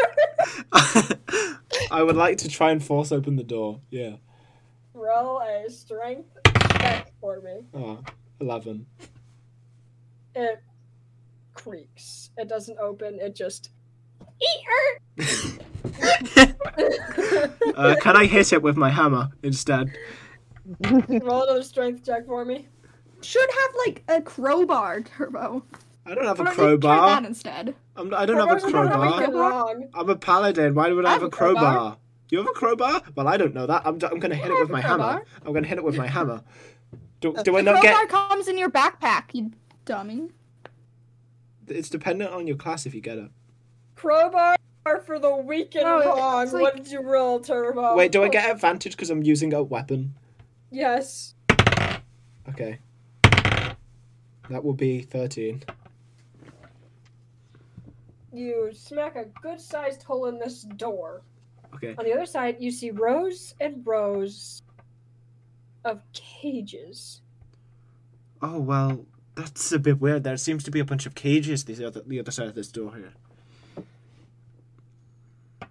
A: [laughs]
B: [laughs] I would like to try and force open the door. Yeah.
A: Roll a strength check for me.
B: Oh, 11.
A: It creaks. It doesn't open. It just.
D: [laughs]
B: Uh, can I hit it with my hammer instead?
A: [laughs]
D: [laughs]
A: Roll another strength check for me.
D: Should have like a crowbar, Turbo.
B: I don't have a
D: Or at least Try that
B: crowbar.
D: instead.
B: I'm, I don't have
A: Torva,
B: a
A: you don't have
B: crowbar.
A: anything wrong.
B: I'm a paladin. Why would I
D: I
B: have
D: have
B: a
D: a crowbar.
B: crowbar? You have a crowbar? Well, I don't know that. I'm, I'm going to hit
D: I
B: it with
D: have a
B: my hammer.
D: crowbar. Uh,
B: I'm going to hit it with my hammer. Do, do I
D: The
B: not
D: crowbar
B: get.
D: comes in your backpack. You dummy.
B: It's dependent on your class if you get it.
A: Crowbar for the weak and
D: No, it-
A: wrong.
D: it's like-
A: What did you roll, Turbo? Oh,
B: Wait, do I get advantage because I'm using a weapon?
A: Yes.
B: Okay. That will be 13.
A: You smack a good sized hole in this door.
B: Okay.
A: On the other side, you see rows and rows of cages.
B: Oh well, that's a bit weird. There seems to be a bunch of cages the other the other side of this door here.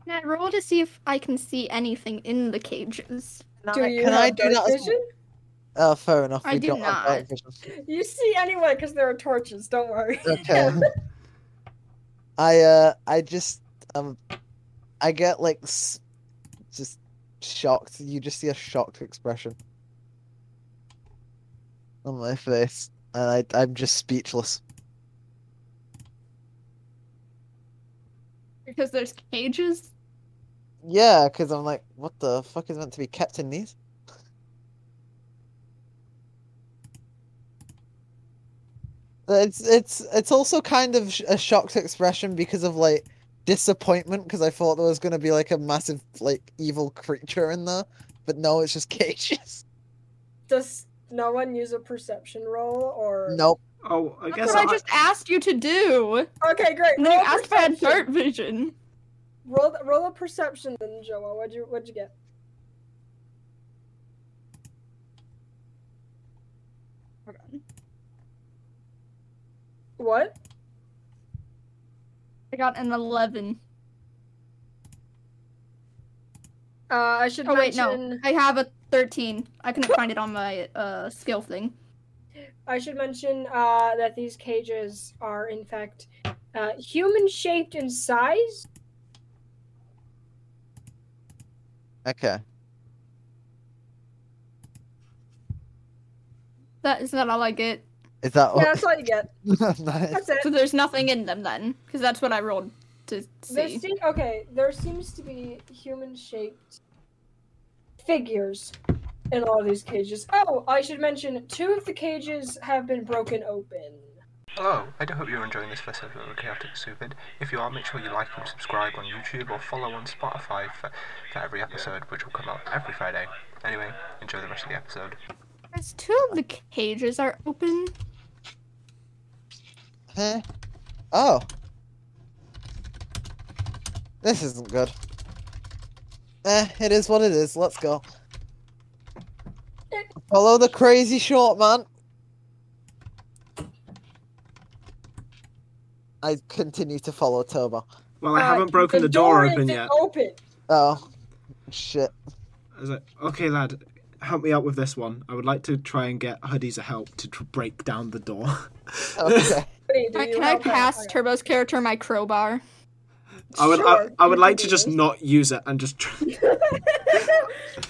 D: Now roll to see if I can see anything in the cages.
A: Do you
E: Can
A: have
E: I do
A: dark
E: that as-
A: vision?
E: Oh, fair enough.
D: I
E: we
D: do
E: don't have dark
D: not.
E: vision.
A: You see anyway because there are torches. Don't worry.
E: Okay. I uh, I just um, I get like s- just shocked. You just see a shocked expression on my face, and I I'm just speechless.
D: Because there's cages.
E: Yeah, because I'm like, what the fuck is meant to be kept in these? But It's it's it's also kind of sh- a shocked expression because of like disappointment because I thought there was gonna be like a massive like evil creature in there, but no, it's just cages.
A: Does no one use a perception roll or
E: Nope.
B: Oh, I
D: That's
B: guess
D: what I,
B: I,
D: just asked you to do.
A: Okay, great.
D: And then
A: Roll
D: you
A: a
D: asked if I had
A: perception.
D: dark vision.
A: Roll th- roll a perception then, Joa. What'd you what'd you get? What?
D: I got an eleven.
A: Uh, I should
D: Oh, wait, no.
A: mention
D: I have a thirteen. I couldn't [laughs] find it on my uh skill thing.
A: I should mention uh, that these cages are in fact uh, human shaped in size.
E: Okay.
D: That is not all I get.
E: Is that
A: Yeah, that's all you get.
E: all? [laughs] nice.
A: That's it.
D: So there's nothing in them then, because that's what I rolled to
A: There
D: see.
A: seem- okay, there seems to be human shaped figures in all these cages. Oh, I should mention two of the cages have been broken open.
F: Hello, I do hope you're enjoying this first episode of Chaotic Stupid. If you are, make sure you like and subscribe on YouTube or follow on Spotify for, for every episode, which will come out every Friday. Anyway, enjoy the rest of the episode.
D: There's two of the cages are open.
E: Huh? Oh. This isn't good. Eh, it is what it is. Let's go. Follow the crazy short man. I continue to follow Turbo.
B: Well, I
A: Uh,
B: haven't broken the, door, open
A: isn't
B: yet.
A: Open.
E: Oh, shit.
B: I was like, okay, lad, help me out with this one. I would like to try and get Huddy's help to tr- break down the door. [laughs]
E: Okay.
A: Hey, do
D: I,
A: you
D: Uh, can I
A: help out?
D: pass
A: Okay.
D: Turbo's character my crowbar?
B: I would,
A: Sure,
B: I, I
A: you
B: would
A: can
B: like to
A: do [laughs]
B: just
A: this.
B: not use it and just. Try-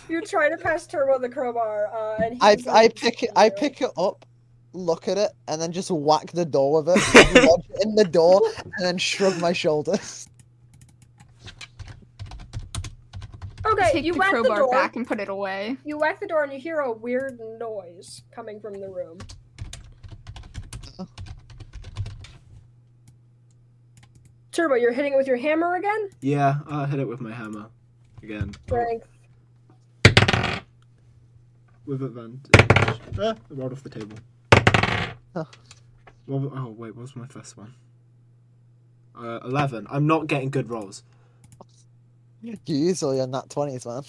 A: you try to pass Turbo the crowbar, uh, and
E: I
A: he's
E: I
A: like,
E: pick it I
A: you.
E: pick it up, look at it, and then just whack the door with it, [laughs] lodge it in the door, and then shrug my shoulders.
A: Okay,
D: Take
A: you
D: the
A: whack the
D: crowbar
A: door.
D: back and put it away.
A: You whack the door, and you hear a weird noise coming from the room. Turbo, you're hitting it with your hammer again.
B: [laughs] yeah, I'll hit it with my hammer again.
A: Strength.
B: With advantage. Ah, I rolled off the table.
E: Huh.
B: What wa- oh, wait, what was my first one? Uh, 11. I'm not getting good rolls.
E: You use all your nat twenties, man.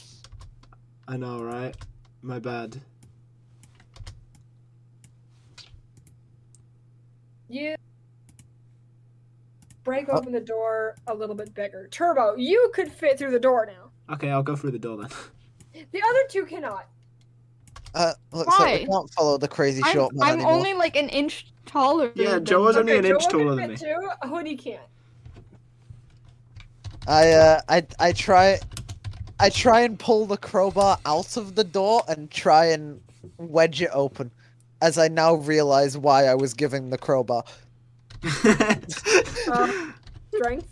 B: I know, right? My bad.
A: You break open the door a little bit bigger. Turbo, you could fit through the door now.
B: Okay, I'll go through
A: [laughs]
B: the door then. [laughs]
A: The other two cannot.
E: Uh, looks like we
D: Why?
E: can't follow the crazy
D: I'm,
E: short man
D: I'm
E: anymore.
D: only like an inch taller.
B: Yeah,
D: than
B: Joe is
D: them.
B: only an
A: Joel
B: inch
A: can
B: taller than
A: fit Two, Hoodie can't.
E: I uh, I I try, I try and pull the crowbar out of the door and try and wedge it open, as I now realize why I was giving the crowbar.
A: Um, strength.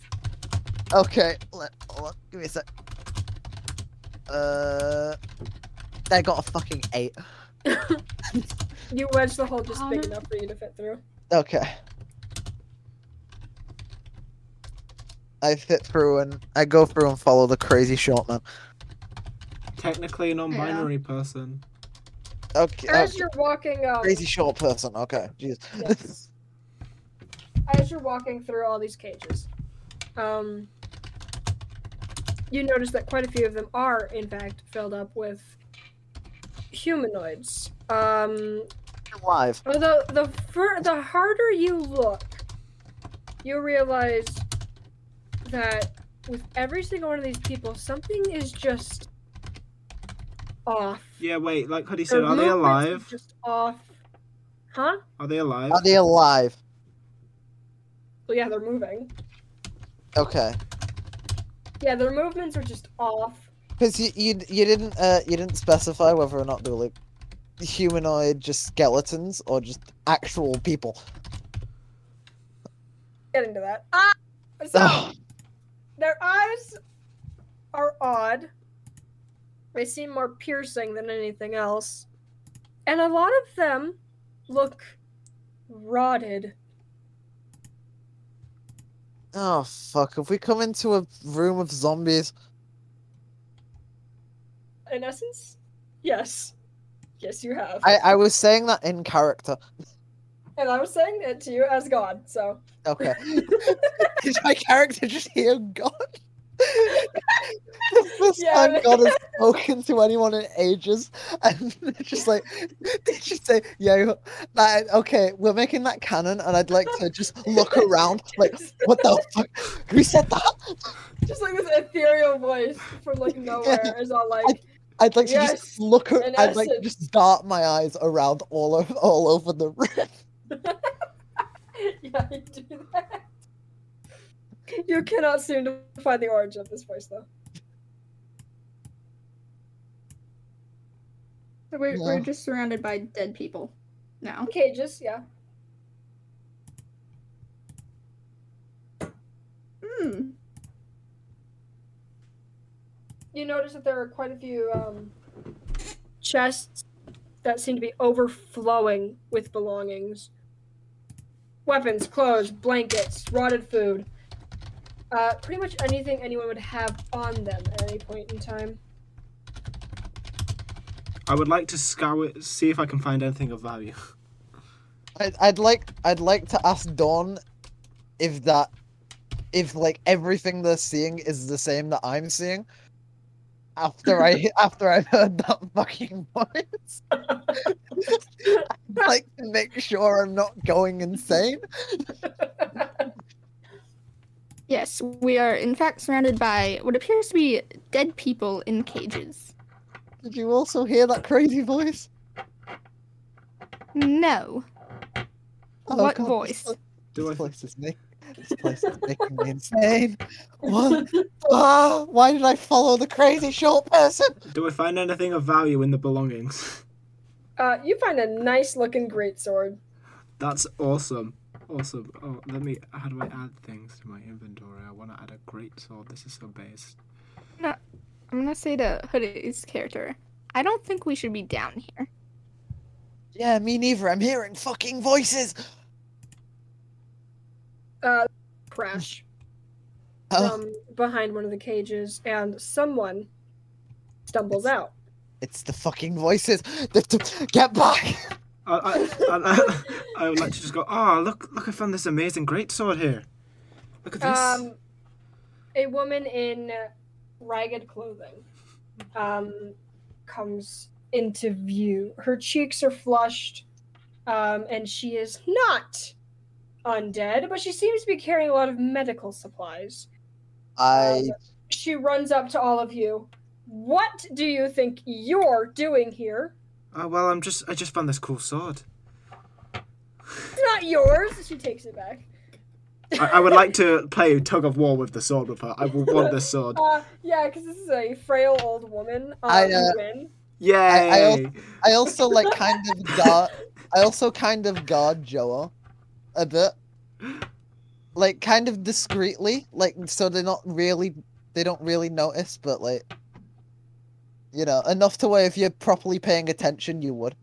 E: Okay, let, let- give me a sec. Uh, I got a fucking eight.
A: You wedge the hole just big enough for you to fit through.
E: Okay. I fit through and I go through and follow the crazy short man.
B: Technically a non-binary person.
E: Okay, uh,
A: As you're walking, um,
E: crazy short person. Okay, jeez. [laughs]
A: yes. as you're walking through all these cages, um, you notice that quite a few of them are, in fact, filled up with humanoids. Um,
E: Alive.
A: Although the fur- the harder you look, you realize that with every single one of these people, something is just off.
B: Yeah, wait, like Huddy
A: Their
B: said, are they
A: movements are
B: alive?
A: Just off. Huh?
B: Are they alive?
E: Are they alive?
A: Well, yeah, they're moving.
E: Okay.
A: Yeah, their movements are just off.
E: Because you, you you didn't uh you didn't specify whether or not they were like humanoid just skeletons or just actual people.
A: Get into that. Ah! So,
E: Ugh.
A: Their eyes are odd. They seem more piercing than anything else. And a lot of them look rotted.
E: Oh fuck! Have we come into a room of zombies?
A: In essence? Yes. Yes, you have.
E: I I was saying that in character.
A: and I was saying it to you as God, so.
E: Okay. [laughs] Did my character just hear God? [laughs] the first
A: Yeah,
E: time
A: but-
E: God
A: [laughs]
E: has spoken to anyone in ages, and [laughs] they're just like, they just say, "Yeah, that, okay, we're making that canon," and I'd like to just look around, like, "What the fuck? Who said that?"
A: [laughs] Just like this ethereal voice from like
E: [laughs]
A: nowhere is all like, [laughs]
E: I'd like to
A: Yes,
E: just look. a-
A: in
E: I'd like to
A: essence.
E: just dart my eyes around all over all over the room.
A: yeah, you do that. You cannot seem to find the origin of this voice, though.
D: We're,
E: No.
D: we're just surrounded by dead people now.
A: Cages, yeah.
D: Hmm.
A: you notice that there are quite a few um, chests that seem to be overflowing with belongings weapons, clothes, blankets, rotted food. Uh, pretty much anything anyone would have on them at any point in time.
B: I would like to scour, see if I can find anything of value.
E: I'd, I'd like I'd like to ask Dawn if that if like everything they're seeing is the same that I'm seeing after
B: [laughs]
E: I after I've heard that fucking [laughs] voice. I'd like to make sure I'm not going insane.
D: Yes, we are in fact surrounded by what appears to be dead people in cages.
E: Did you also hear that crazy voice?
D: No.
E: Oh,
D: what
E: God, this
D: voice?
E: pla-
B: Do I-
E: This place is making this place is making
B: [laughs]
E: me insane. What? Ah, why did I follow the crazy short person?
B: Do I find anything of value in the belongings?
A: Uh, you find a nice looking greatsword.
B: That's awesome. Awesome. Oh, let me. How do I add things to my inventory? I want to add a great sword. This is so base.
D: I'm gonna say to Hoodie's character, I don't think we should be down here.
E: Yeah, me neither. I'm hearing fucking voices.
A: Uh, crash
E: Oh,
A: from behind one of the cages, and someone stumbles out.
E: it's the fucking voices. [laughs] Get back.
B: I, I, I, [laughs] I, would like to just go. Ah, look! Look! I found this amazing great sword here. Look at this.
A: Um, a woman in ragged clothing um, comes into view. Her cheeks are flushed, um, and she is not undead, but she seems to be carrying a lot of medical supplies.
E: I
A: She runs up to all of you. What do you think you're doing here?
B: oh well, I'm just. I just found this cool sword.
A: It's not yours. She takes it back.
B: I, I would like to play tug of war with the sword with her. I will want this
A: [laughs]
B: sword.
A: Uh, yeah, because this is a frail old woman. Um,
E: I, uh,
A: win.
B: Yay!
E: I also- I also like kind of guard. I also kind of guard Joa a bit, like kind of discreetly, like so they're not really they don't really notice, but like you know enough to where if you're properly paying attention, you would.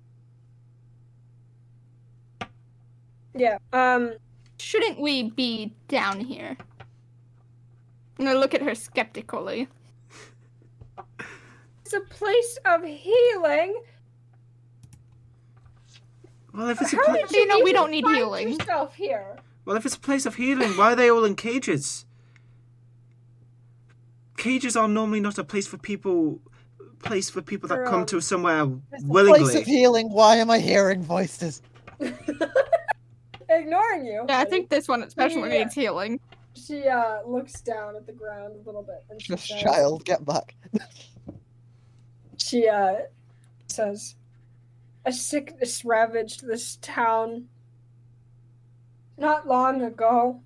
A: Yeah. Um.
D: Shouldn't we be down here? I'm gonna look at her skeptically.
A: It's a place of healing.
B: well, if it's a
A: How
B: pla-
A: did you
D: No,
A: even
D: we don't need
A: find
D: healing.
A: Yourself here.
B: well, if it's a place of healing, why are they all in cages? Cages are normally not a place for people. Place for people that
A: For,
B: come
A: um,
B: to somewhere
E: It's a Place
B: willingly.
E: of healing. Why am I hearing voices? [laughs]
A: Ignoring you.
D: Yeah, I think this one especially
A: Yeah.
D: needs healing.
A: she uh looks down at the ground a little bit and she
E: Just
A: says,
E: child, get [laughs] back.
A: She uh says, "A sickness ravaged this town not long ago.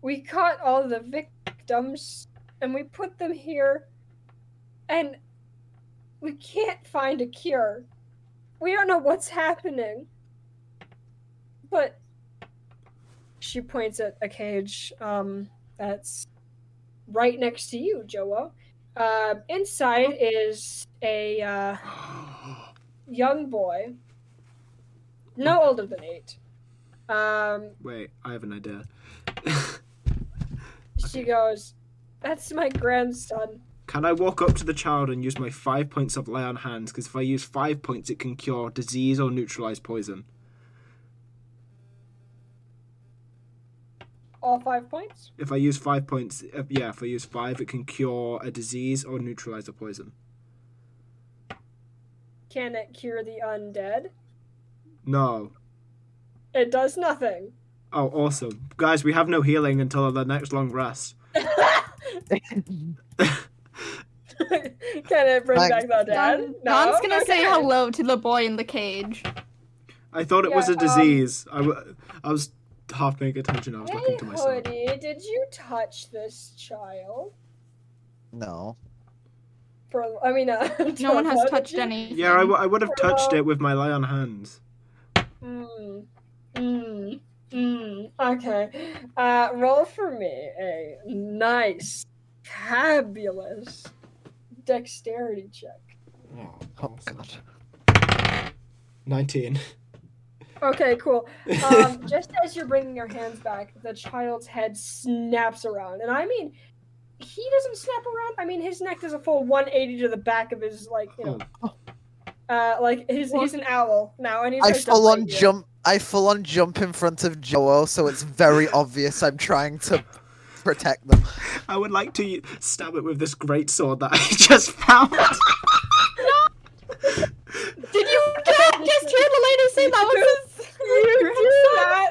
A: We caught all the victims and we put them here, and we can't find a cure. We don't know what's happening, but." She points at a cage um, that's right next to you, Joa. Uh, inside is a uh, young boy, no older than eight. Um,
B: Wait, I have an idea.
A: she goes, "That's my grandson."
B: Can I walk up to the child and use my five points of lay on hands? Because if I use five points, it can cure disease or neutralize poison.
A: All five points.
B: If I use five points, uh, yeah, if I use five, it can cure a disease or neutralize a poison.
A: Can it cure the undead?
B: No.
A: It does nothing. [laughs]
B: Oh, awesome. Guys, we have no healing until the next long rest.
A: Can it bring
E: Thanks.
A: back the dead?
D: Don, Don's gonna say
A: Okay. [laughs]
D: hello to the boy in the cage.
B: I thought it was
A: Yeah,
B: a
A: um,
B: disease. I, w- I was half paying attention. I was
A: Hey,
B: looking to myself.
A: Hoodie, did you touch this child?
E: No.
A: For I mean, [laughs] uh,
D: No one has
A: Joa, did
D: touched
A: you-
D: any.
B: Yeah, I, w- I would have touched it with my lay on hands.
A: Mm. Mm. Mm. Okay. Uh, roll for me a nice, fabulous dexterity check.
E: Oh God.
B: 19.
A: Okay, cool. Um, just as you're bringing your hands back, the child's head snaps around. And I mean, he doesn't snap around. I mean, his neck does a full 180 to the back of his, like, you know,
B: oh,
A: uh, like, his, he's an owl now. And he's
E: I
A: like,
E: full on
A: right here.
E: jump. I full on jump in front of Joel, so it's
D: [laughs]
E: very obvious I'm trying to protect them.
B: [laughs] I would like to stab it with this great sword that I [laughs]
A: [laughs]
B: just found.
D: Did you [laughs] not just hear the lady say that was
B: [laughs]
A: You
D: his
A: do that.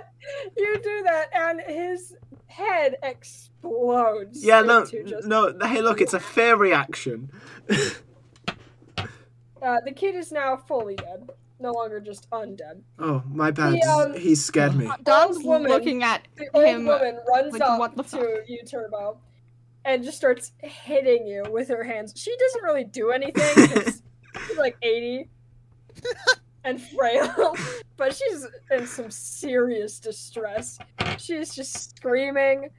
A: You do that, and his head explodes.
B: yeah, no,
A: into just-
B: no. Hey, look, it's a fair reaction.
A: Uh, the kid is now fully dead, no longer just undead.
B: Oh, my bad.
A: The, um,
B: he scared me.
D: Dom's
A: woman-
D: looking at
A: The old
D: him.
A: woman runs
D: like,
A: up
D: what the
A: to you, Turbo, and just starts hitting you with her hands. She doesn't really do anything.
D: [laughs]
A: 'cause she's like eighty and frail, [laughs] but she's in some serious distress. She's just screaming,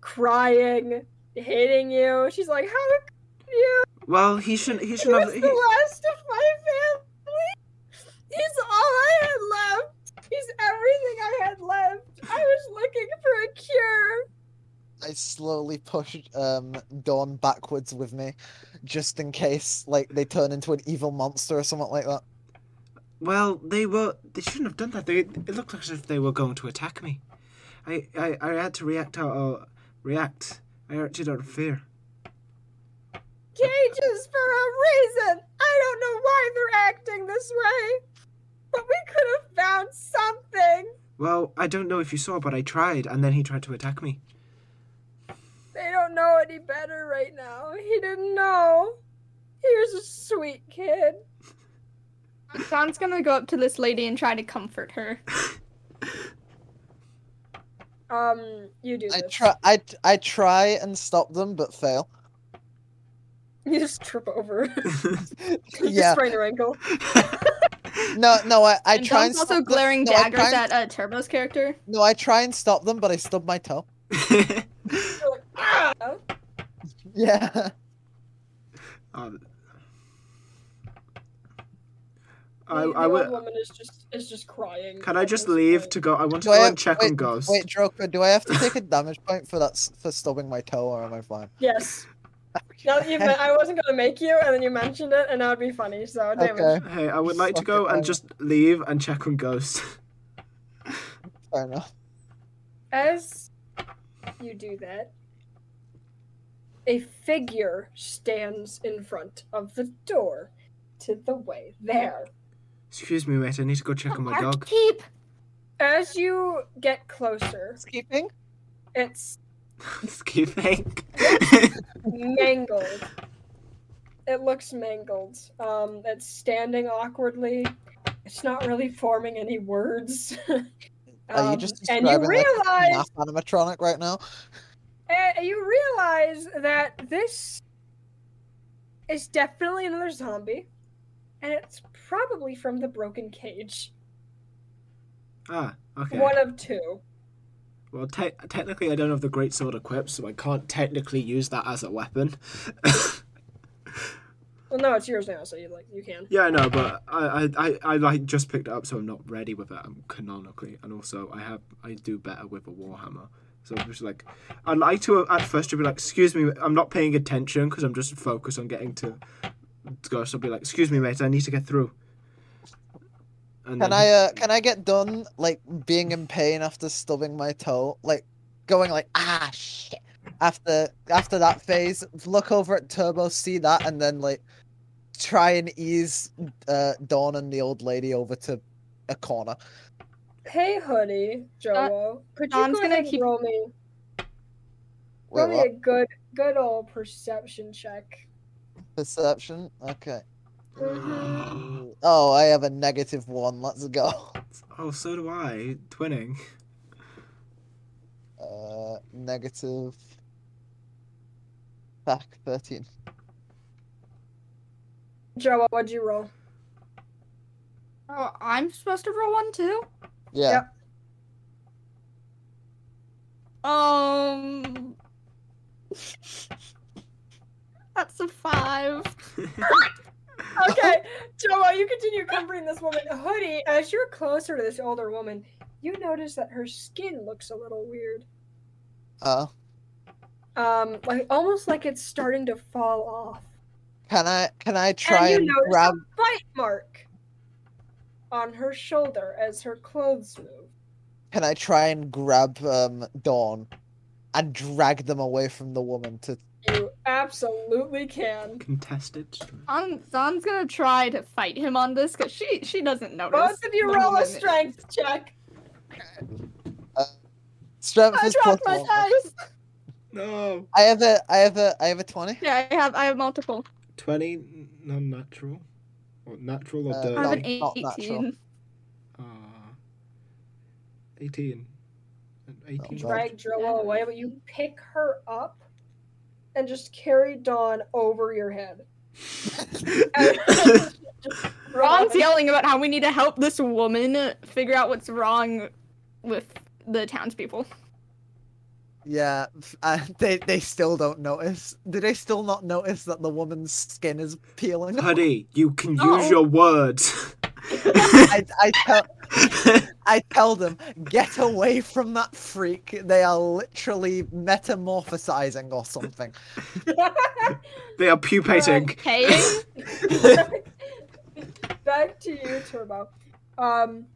A: crying, hitting you. She's like, "How could you?"
B: Well, he shouldn't. He
A: He
B: shouldn't
A: was
B: have. He,
A: the last of my family. He's all I had left. He's everything I had left. I was looking for a cure.
E: I slowly push um, Dawn backwards with me, just in case like they turn into an evil monster or something like that.
B: well, they were. They shouldn't have done that. They. It looked as if they were going to attack me. I. I, I had to react out. Or react. I acted out of fear.
A: Cages for a reason. I don't know why they're acting this way. But we could have found something.
B: Well, I don't know if you saw, but I tried, and then he tried to attack
E: [laughs]
B: me.
A: They don't know any better right now. He didn't know. He was a sweet kid.
D: Don's gonna go up to this lady and try to comfort her.
A: Um, you do
E: I
A: this.
E: try, I, t- I try and stop them, but fail.
A: [laughs] You just trip over. [laughs]
E: [laughs]
A: you
E: yeah,
A: just sprain your ankle.
E: no, no, I, I
D: and
E: try
D: Dom's
E: and
D: also
E: stop them-
D: glaring
E: no, I
D: daggers
E: try and-
D: at uh, Turbo's character.
E: No, I try and stop them, but I stub my toe. [laughs]
A: You're like, ah!
E: Yeah,
B: Um,
A: The,
B: I,
A: the
B: I
A: old
B: would.
A: woman is just is just crying.
B: Can I
A: at
B: just
A: this
B: leave
A: point.
B: to go? I want to
E: Do I
B: go
E: have-
B: and check on Ghost.
E: wait, Joker, do I have to
B: [laughs]
E: take a damage point for that s- for stubbing my toe, or am I fine?
A: Yes. Now
E: [laughs]
A: that you've men- I wasn't gonna make you, and then you mentioned it, and that would be funny. So damn
E: Okay,
B: Hey, I would like to
E: Fuck
B: go
E: it,
B: and
E: I-
B: just leave and check on Ghost.
E: fair enough.
A: As you do that, a figure stands in front of the door to the way there.
B: [laughs] Excuse me, mate. I need to go
E: Oh
B: check on my
D: [laughs]
B: dog. [laughs]
D: Keep.
A: As you get closer,
E: Housekeeping?
A: it's
B: Skipping.
A: mangled. It looks mangled. Um, it's standing awkwardly. It's not really forming any words. [laughs]
E: Are Uh, you
A: Um,
E: just
A: and you
E: describing, like,
A: realize
E: Naff animatronic right now.
A: uh, you realize that this is definitely another zombie, and it's probably from the broken cage.
B: [laughs] ah, okay.
A: One of two.
B: Well, te- technically, I don't have the great sword equipped, so I can't technically use that as a weapon. [laughs]
A: Well, no, it's yours now, so you like you can.
B: yeah, I know, but I, I, I, I like just picked it up, so I'm not ready with it. um canonically, and also I have, I do better with a warhammer. So I'm just like, I'd like to at first to be like, excuse me, I'm not paying attention because I'm just focused on getting to go. So I'll be like, excuse me, mate, I need to get through. And
E: Can
B: then-
E: I uh, can I get done like being in pain after stubbing my toe, like going like ah shit after after that phase? Look over at Turbo, see that, and then like try and ease uh, Dawn and the old lady over to a corner.
A: Hey, hoodie, Joe. could you
D: Don's
A: go
D: Uh, gonna
A: ahead and
D: keep-
A: roll me,
E: Wait,
A: roll me
E: what?
A: a good, good old perception check?
E: Perception. Okay.
A: Mhm.
E: Oh, I have a negative one. Let's go.
B: [gasps]
E: [laughs]
B: Oh, so do I. Twinning.
E: Uh, negative. Back thirteen.
A: Joe, what'd you
E: [laughs]
A: roll?
D: Oh, I'm supposed to roll one too.
E: Yeah.
A: Yep.
D: Um. That's a five.
A: Okay, Joe, while you continue comforting this woman, Hoodie, as you're closer to this older woman, you notice that her skin looks a little weird.
E: Oh.
A: Um, like almost like it's starting to fall off.
E: Can I can I try
A: and you
E: and
A: notice
E: grab
A: a bite mark on her shoulder as her clothes move.
E: Can I try and grab um, Dawn and drag them away from the woman to
A: You absolutely can.
B: Contested. strength.
D: Um, Zan's gonna try to fight him on this because she she doesn't notice.
A: Both of you
D: the
A: roll a
D: moment.
A: strength check.
E: strength
D: I
E: is plus
D: dropped my
E: one.
D: dice.
B: No.
E: I have a I have a I have a twenty.
D: Yeah, I have I have multiple.
B: Twenty non-natural, or natural or
E: Uh,
D: I have
B: dirty.
D: an
E: Not- not natural.
D: eighteen.
B: Ah. Eighteen. An Eighteen.
A: Drag
E: Right. [laughs]
A: Joel away, but you pick her up and just carry Dawn over your head.
D: Ron's yelling about how we need to help this woman figure out what's wrong with the townspeople.
E: Yeah, f- uh, [laughs] they they still don't notice. Do they still not notice that the woman's skin is
B: [laughs]
E: peeling?
B: [laughs]
E: off?
B: Honey, you can
D: Oh.
B: use your words. [laughs]
E: I, [laughs] I tell I tell them get away from that freak. They are literally metamorphosizing or something.
B: they are pupating.
E: [laughs]
A: [laughs]
D: Paying?
A: Back to you, Turbo. Um,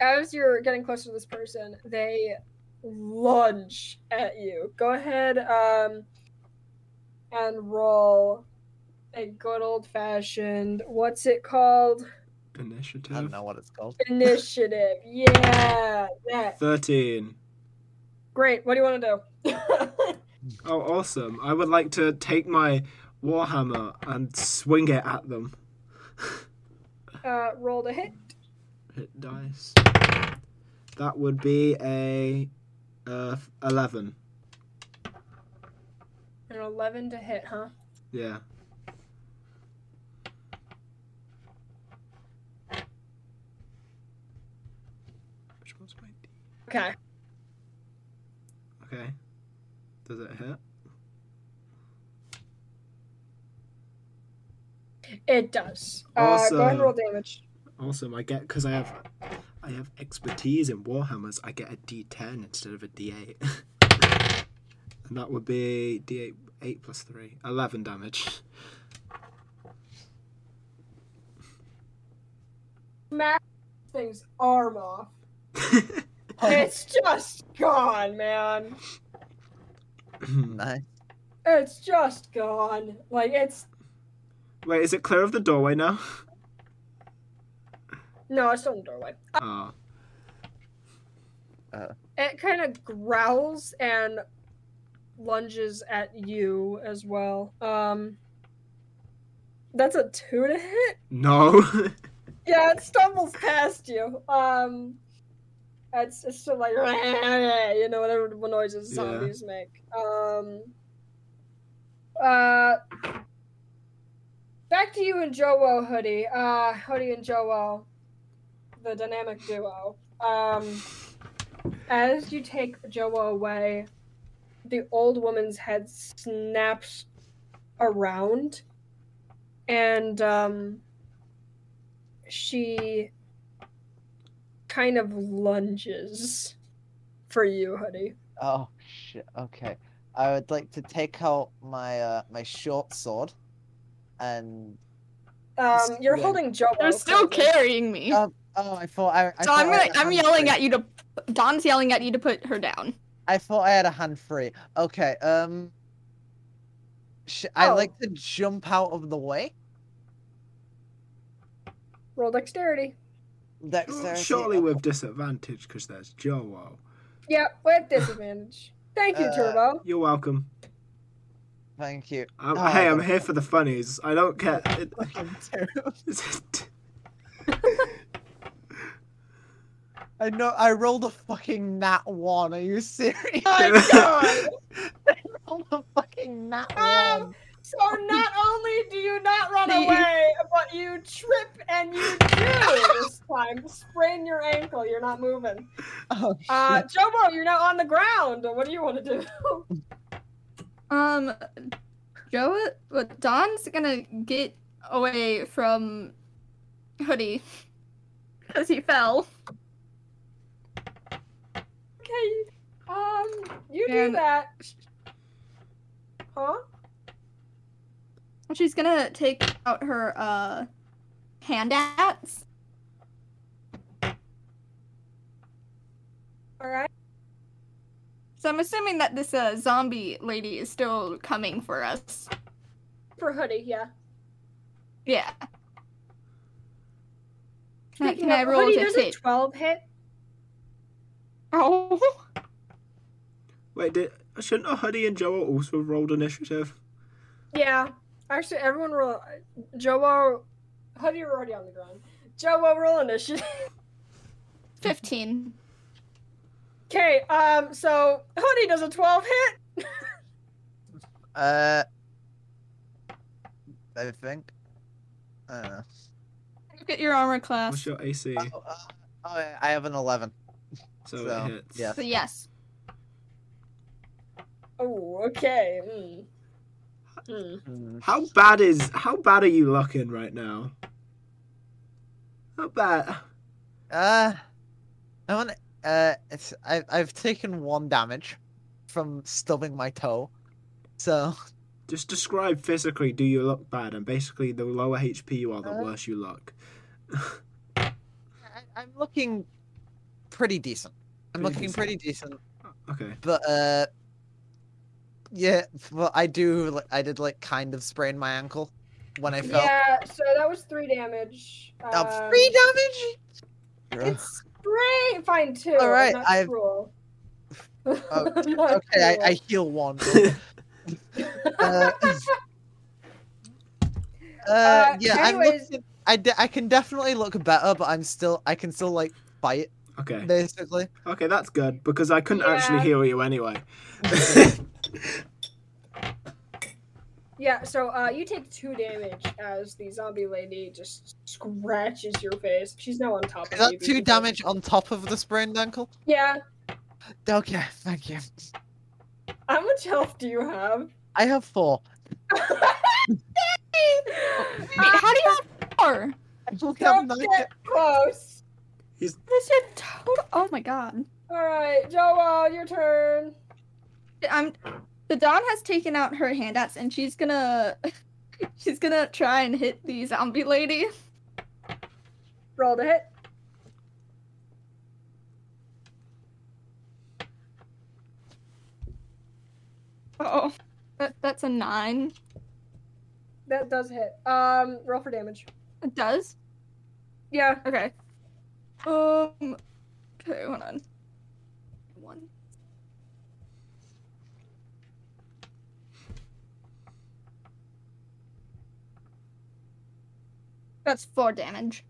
A: as you're getting closer to this person, they lunge at you. Go ahead um, and roll a good old fashioned, what's it called?
E: I don't
B: Initiative.
E: know what it's [laughs] called.
A: Initiative. [laughs] Yeah, that.
B: Thirteen.
A: Great. What do you want to do?
B: Oh, awesome! I would like to take my warhammer and swing it at them.
A: uh, roll to hit.
B: Hit dice. That would be a uh, eleven.
A: An 11 to hit, huh?
B: Yeah. Which one's my D?
A: Okay.
B: Okay. Does it hit?
A: It does. Uh, go ahead and roll damage.
B: Awesome. I get because I have, I have expertise in warhammers. I get a D10 instead of a D8, [laughs] and that would be D8 eight plus three. Eleven damage.
A: Max thing's arm off. It's just gone, man.
E: Nice.
A: It's just gone. Like it's
B: Wait, is it clear of the doorway now?
A: no, it's still in the doorway.
B: Ah.
A: It kind of growls and lunges at you as well. Um, that's a two to hit.
B: No.
A: Yeah, it stumbles past you. Um, it's it's still like [laughs] you know whatever the noises
B: Yeah.
A: zombies make. Um, uh, back to you and Jowo Hoodie. Uh, Hoodie and Jowo, the dynamic duo. Um, as you take Jowo away, the old woman's head snaps around, and um she kind of lunges for you, hoodie.
E: Oh shit. Okay. I would like to take out my uh, my short sword, and
A: Um, you're
E: Yeah.
A: holding Joe.
D: They're still carrying me.
E: Oh, Uh, oh, I thought I. I
D: so
E: thought I
D: I'm gonna
E: had a
D: I'm
E: hand
D: yelling
E: free.
D: at you to Don's yelling at you to put her down.
E: I thought I had a hand free. Okay. Um. Sh- I
A: Oh.
E: like to jump out of the way.
A: Roll dexterity.
B: [laughs]
E: Dexterity.
B: Surely with disadvantage because there's Joel.
A: Yep, with disadvantage. Thank you,
E: Uh,
A: Turbo.
B: You're welcome.
E: Thank you.
B: I'm,
E: Oh.
B: hey, I'm here for the funnies. I don't care. It-
E: I know. I rolled a fucking nat one. Are you serious? [laughs]
A: My God!
E: rolled a fucking nat
A: Um,
E: one.
A: So not only do you not [laughs] run
D: See?
A: away, but you trip and you do this time sprain your ankle. You're not moving.
E: Oh,
A: Uh,
E: shit.
A: Jobo, you're now on the ground. What do you want to do? [laughs]
D: Um, Joe, but Don's gonna get away from [laughs] Hoodie because he fell.
A: Okay. Um, you do
D: And-
A: that. Huh?
D: She's gonna take out her uh handouts
A: All right.
D: So I'm assuming that this uh, zombie lady is still coming for us.
A: For hoodie, yeah.
D: Yeah. Can I,
A: Speaking
D: can I
A: of,
D: roll
A: hoodie
D: to
A: does a
D: hit?
A: twelve hit.
D: [laughs] Oh.
B: [laughs] Wait, did, shouldn't Ahudi and Joel also have rolled initiative?
A: Yeah. Actually, everyone roll. Joe, hoodie, you're already on the ground. Joe, roll initiative. [laughs]
D: 15.
A: Okay. Um. So hoodie does a twelve hit.
E: Uh, I think. I don't know.
D: Look at your armor
B: What's
D: class.
B: your AC?
E: Oh, uh, oh, yeah, I have an eleven.
B: so,
E: so,
B: it hits.
E: yeah.
D: So yes.
A: Oh. Okay. Mm. Mm.
E: Hmm.
B: How bad is how bad are you looking right now? How bad?
E: Uh, I want. Uh, it's I. I've taken one damage from stubbing my toe, so
B: Just describe physically. Do you look bad? And basically, the lower HP you are, the
E: Uh.
B: worse you look.
E: I, I'm looking pretty decent. I'm
B: Pretty
E: looking
B: decent.
E: pretty decent,
B: Okay.
E: but uh, yeah. Well, I do. li- I did like kind of sprain my ankle when I fell.
A: Yeah. So that was three damage.
E: Oh,
A: Um,
E: three damage.
A: It's great. Fine two.
E: All right,
A: That's
E: I've-
A: cruel.
E: [laughs] Oh,
A: [laughs] Not
E: Okay, I, I
A: cruel. [laughs]
E: heal one. uh, uh, yeah, I'm
A: anyways-
E: looking, I, de- I can definitely look better, but I'm still I can still like fight
B: Okay.
E: basically.
B: Okay, that's good because I couldn't actually
A: Yeah.
B: heal you anyway.
E: [laughs]
B: [laughs]
A: Yeah, so uh, you take two damage as the zombie lady just scratches your face. She's now on top
E: Is
A: of
E: that
A: you.
E: two
A: basically.
E: damage on top of the sprained ankle?
A: Yeah.
E: Okay, thank you.
A: How much health do you have? [laughs]
E: I have four.
D: Wait, how do you have four?
E: I will [laughs] have
A: Don't
E: nine-
A: get close.
D: This is total. Oh my god.
A: All right, Joel, your turn.
D: I'm. The Dawn has taken out her handouts and she's gonna. [laughs] She's gonna try and hit the zombie lady.
A: Roll to hit.
D: Oh. That, that's a nine.
A: That does hit. Um, roll for damage.
D: It does.
A: Yeah.
D: Okay. Um. Okay, hold on. One. That's four damage.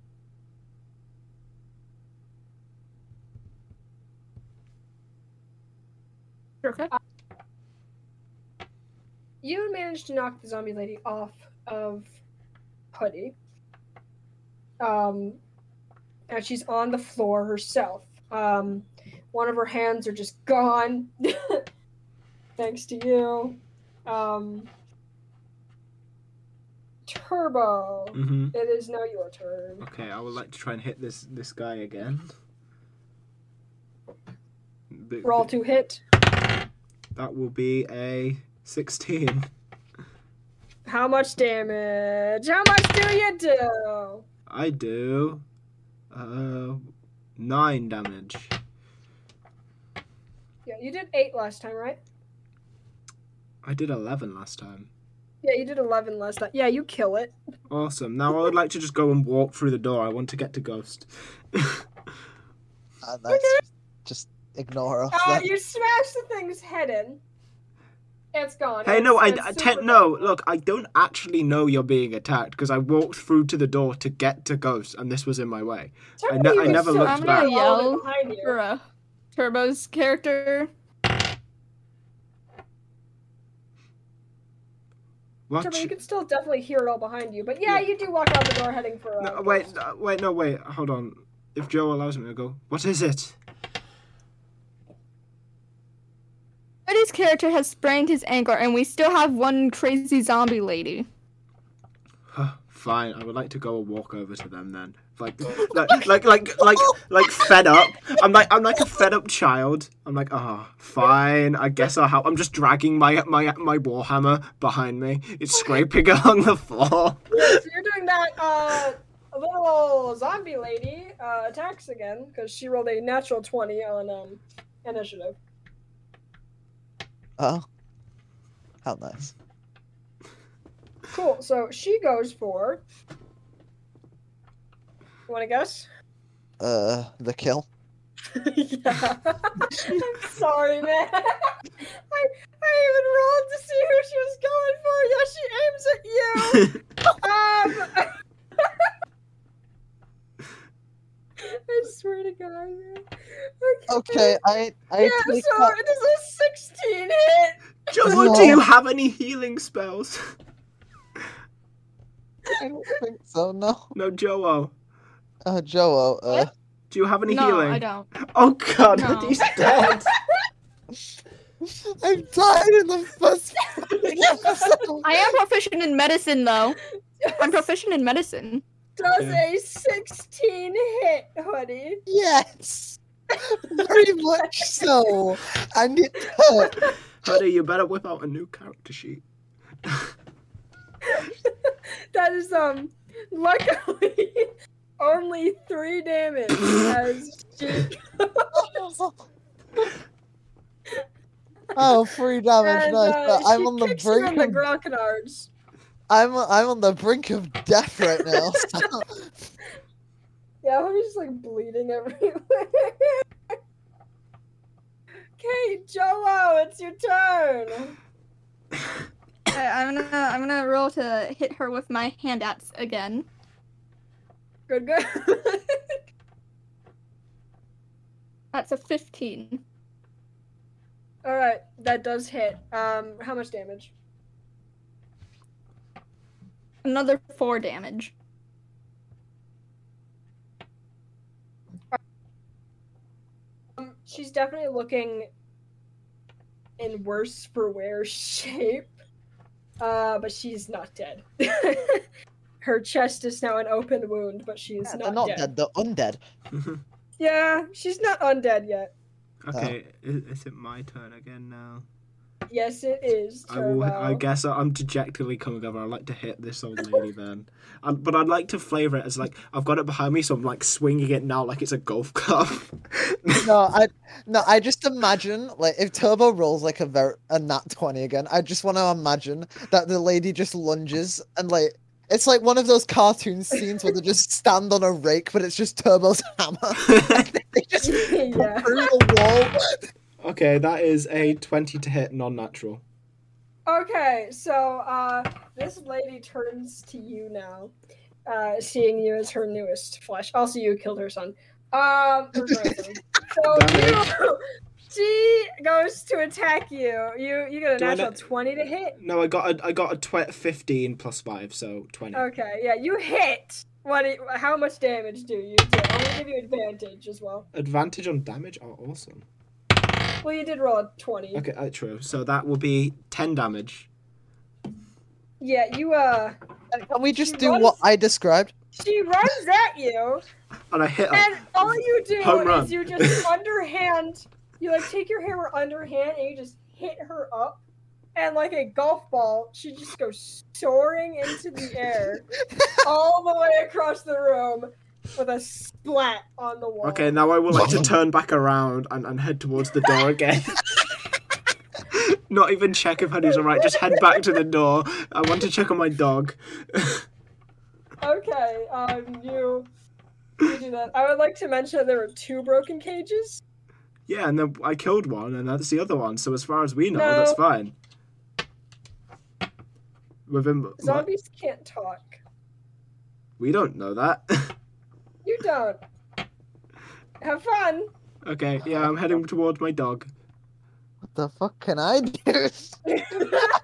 D: Okay.
A: You managed to knock the zombie lady off of Hoodie. Um, and she's on the floor herself. Um, one of her hands are just gone, [laughs] thanks to you. Um, Turbo,
B: hmm
A: it is now your turn.
B: Okay, I would like to try and hit this this guy again. B-
A: Roll
B: b-
A: to hit.
B: That will be a sixteen.
A: How much damage? How much do you do?
B: I do, uh, nine damage.
A: Yeah, you did eight last time, right?
B: I did eleven last time.
A: Yeah, you did eleven last time. Yeah, you kill it.
B: Awesome. Now I would like to just go and walk through the door. I want to get to Ghost. [laughs]
E: Uh, that's just ignore us.
A: Uh,
E: then.
A: you smash the thing's head in. It's gone.
B: Hey, no, I,
A: It's-
B: I
A: it's
B: te-
A: super
B: no.
A: gone.
B: Look, I don't actually know you're being attacked because I walked through to the door to get to Ghost, and this was in my way. I ne-
A: Turbo, you
B: I
A: were
B: never
A: so
B: looked
A: close
B: back.
A: to
D: Yell.
A: behind you.
D: For, uh, Turbo's character.
B: What?
A: Turbo, you can still definitely hear it all behind you. But yeah,
B: Yeah.
A: you do walk out the door heading for. Uh,
B: No, wait, no, wait, no, wait. Hold on. If Joe allows me to go, what is it?
D: Freddy's character has sprained his ankle, and we still have one crazy zombie lady.
B: Huh, Fine, I would like to go and walk over to them then. Like,
D: [laughs]
B: like, like, like, like, like, fed up. I'm like, I'm like a fed up child. I'm like, ah, fine. I guess I'll. Help. I'm just dragging my my my [laughs] warhammer behind me. It's scraping along the floor.
A: Yeah, so you're doing that. Uh, a little zombie lady uh, attacks again because she rolled a natural 20 on um, initiative.
E: Oh. How nice.
A: Cool. So she goes for. Want to guess?
E: Uh, the kill.
A: [laughs] yeah. I'm sorry, man. [laughs] I, I even rolled to see who she was going for. Yeah, she aims at you. Um,
E: [laughs]
A: [laughs] I swear to God, man.
E: Okay, I I
A: Yeah, so
E: take
A: [laughs]
E: that-
A: it is a 16 hit.
B: Joel, [laughs] do you have any healing spells? [laughs]
E: I don't think so. No.
B: No, Joel.
E: Uh, Joel. Uh, [laughs]
B: Do you have any
D: no,
B: healing?
D: I don't.
B: Oh god, [laughs]
D: No.
B: he's dead.
E: I'm dying in the
A: [laughs]
E: first. fucking episode.
D: I am proficient in medicine, though.
A: [laughs]
D: I'm proficient in medicine.
A: Does a 16 hit, honey.
E: Yes. Very much so. And it
A: [laughs]
E: hurt.
B: Honey, you better whip out a new character sheet. [laughs]
A: That is um luckily [laughs] only three
E: [laughs]
A: damage as she
E: Oh, free damage.
A: and,
E: nice.
A: uh,
E: but I'm
A: she
E: on the
A: kicks him
E: brink
A: in the
E: of
A: grognards.
E: I'm I'm on the brink of death right
A: [laughs]
E: now. so-
A: Yeah, Honey's just like bleeding everywhere. [laughs] okay, Joao, it's your turn.
D: I, I'm gonna I'm gonna roll to hit her with my hand axe again.
A: Good, [laughs] good.
D: That's a 15.
A: All right, that does hit. Um, how much damage?
D: Another four damage.
A: Um, she's definitely looking in worse for wear [laughs] shape. Uh, but she's not dead. [laughs] Her chest is now an open wound, but she is
E: They're
A: not,
E: not
A: dead.
E: dead. They're undead.
A: Yeah, she's not undead yet.
B: okay, i is it my turn again now?
A: Yes, it is.
B: I will. I
A: Turbo. [laughs]
B: guess I'm dejectedly coming over. I'd like to hit this old lady then, um, but I'd like to flavour it as like I've got it behind me, so I'm like swinging it now like it's a golf club. [laughs]
E: No, I no. I just imagine like if Turbo rolls like a ver- a nat twenty again. I just want to imagine that the lady just lunges and like it's like one of those cartoon scenes where they just stand on a rake, but it's just Turbo's [laughs] hammer. [laughs] they just through
A: yeah.
E: the wall.
B: okay, that is a twenty to hit, non-natural.
A: Okay, so uh, this lady turns to you now, uh, seeing you as her newest flesh. Also, you killed her son.
B: [laughs]
A: Um, her grandson.
B: Damn
A: so you, she goes to attack you. You you get a
B: Do I
A: natural
B: not-
A: twenty to hit.
B: No, I got a, I got a tw- fifteen plus five, so twenty.
A: Okay, yeah, you hit. What? do you- How much damage do you do? I'm gonna give you advantage as well.
B: Advantage on damage are awesome.
A: Well, you did roll a twenty.
B: Okay, uh, true. So that will be ten damage.
A: Yeah, you uh,
E: Can we just
A: She
E: do
A: runs-
E: what I described?
A: she runs at you.
B: And I hit her.
A: And all you do
B: Oh. Home run.
A: is you
B: [laughs]
A: just underhand, you like take your hammer underhand and you just hit her up. And like a golf ball, she just goes soaring into the
B: [laughs]
A: air all the way across the room with a splat on the wall.
B: Okay, now I would like to turn back around and, and head towards the door again. Not even check if Honey's alright, just head back to the door. I want to check on my dog.
A: Okay, um, you, you do that. I would like to mention that there were two broken cages.
B: Yeah, and then I killed one, and that's the other one, so as far as we know,
A: No.
B: that's fine. Within. what?
A: Zombies can't talk.
B: We don't know that. [laughs]
A: You don't. Have fun.
B: okay, yeah, I'm heading towards my dog.
E: What the fuck can I do?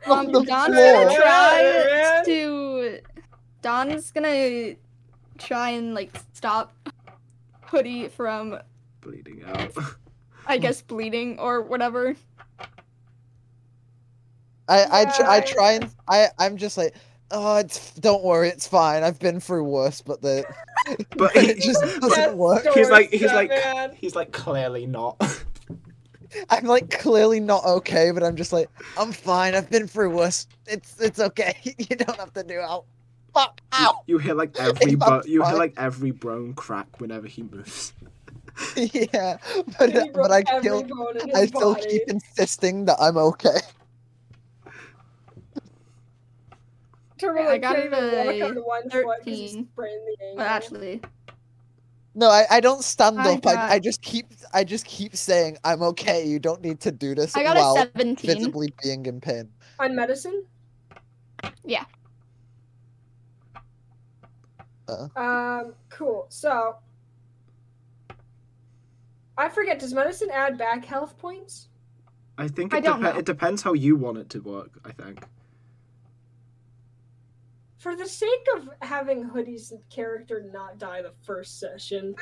E: [laughs] On
D: Um,
E: the
D: Don's
E: floor.
D: gonna try
A: Yeah.
D: to. Don's gonna try and like stop Hoodie from,
B: Bleeding out. [laughs]
D: I guess, bleeding or whatever.
E: I I, tr- I
A: Yeah.
E: try and I I'm just like, oh, it's don't worry, it's fine. I've been through worse, but the [laughs]
B: But he
E: it [laughs] just
B: just.
E: doesn't work.
B: He's like-
A: Doors,
B: he's like-
A: man.
B: He's like, clearly not.
E: I'm like clearly not okay, [laughs] but I'm just like, I'm fine. I've been through worse. It's it's okay. You don't have to do out. fuck
D: [laughs]
E: out. [laughs]
B: You hear like every bo-
E: That's
B: you hear
E: fine.
B: like every bone crack whenever he moves.
E: yeah, but
A: He broke
E: but I
A: every
E: still
A: bone in
E: I
A: his
E: still
A: body.
E: keep insisting that I'm okay. [laughs]
A: Turbo,
D: I
A: like,
D: got
A: can't even walk
D: a
A: on the one foot 'cause he's
D: 13.
A: sprained the ankle.
D: Well, actually,
E: No, I, I don't stand
D: I
E: up. I,
D: got-
E: I just keep I just keep saying I'm okay. You don't need to do this
D: I got
E: while
D: a 17.
E: visibly being in pain.
A: on medicine.
D: Yeah.
E: Uh.
A: Um. Cool. So, I forget. Does medicine add back health points?
B: I think
D: I
B: it,
D: don't
B: depe-
D: know.
B: it depends how you want it to work. I think.
A: For the sake of having Hoodie's character not die the first
E: [laughs]
A: session,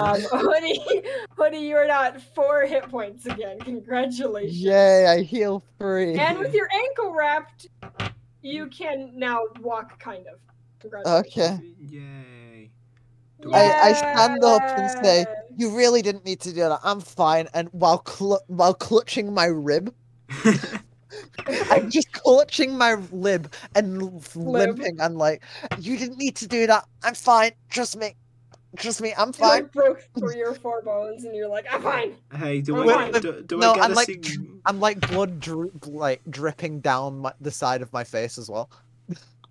A: um, [laughs] Hoodie, Hoodie, you are not four hit points again. Congratulations.
E: Yay! I heal free.
A: And
E: [laughs]
A: with your ankle wrapped, you can now walk, kind of. Congratulations.
E: Okay.
B: Yay.
E: I- I stand up and say, You really didn't need to do that. I'm fine. And while cl- while clutching my [laughs] rib, I'm just clutching my lib and l- limping. I'm like, you didn't need to do that. I'm fine. Trust me. Trust me. I'm
A: You
E: fine.
A: like broke three or four bones, and you're like, I'm fine.
B: Hey, do
A: Well,
B: I
E: well,
B: get, do, do
E: no,
B: I get
E: I'm
B: a
E: like-
B: sig-
E: I'm like blood droop, like dripping down my, the side of my face as well.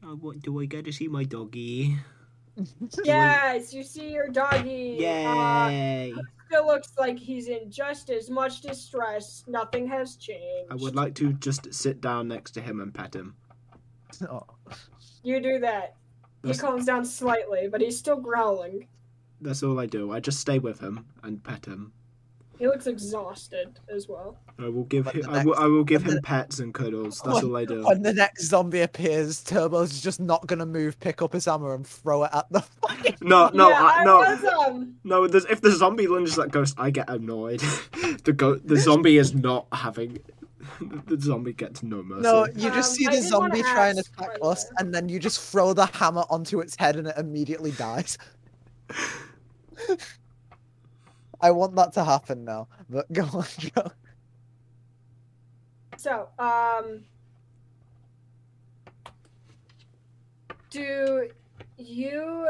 B: Oh, what do I get to see my doggy?
A: Yes, you see your doggy. Uh,
B: Yay!
A: still looks like he's in just as much distress. Nothing has changed.
B: I would like to just sit down next to him and pet him.
E: Oh.
A: You do that. He
B: That's-
A: calms down slightly, but he's still growling.
B: That's all I do. I just stay with him and pet him.
A: He looks exhausted as well.
B: I will give
E: But
B: him.
E: the
B: I will, I will give
E: but
B: him
E: the- Oh
B: pets and cuddles. That's all I do.
E: When the next zombie appears, Turbo's just not gonna move, pick up his hammer, and throw it at the [laughs] fucking.
B: No, no,
A: yeah,
B: I, no,
A: was, um,
B: no. there's- If the zombie lunges at ghost, I get annoyed. [laughs] the go- the zombie is not having. the zombie gets no mercy.
E: No, you just
A: Um,
E: see
A: I
E: the
A: did wanna
E: zombie try and
A: ask,
E: attack
A: by the
E: us,
A: way.
E: and then you just throw the hammer onto its head, and it immediately dies. I want that to happen now, but go on, [laughs] Joe.
A: so, um, do you,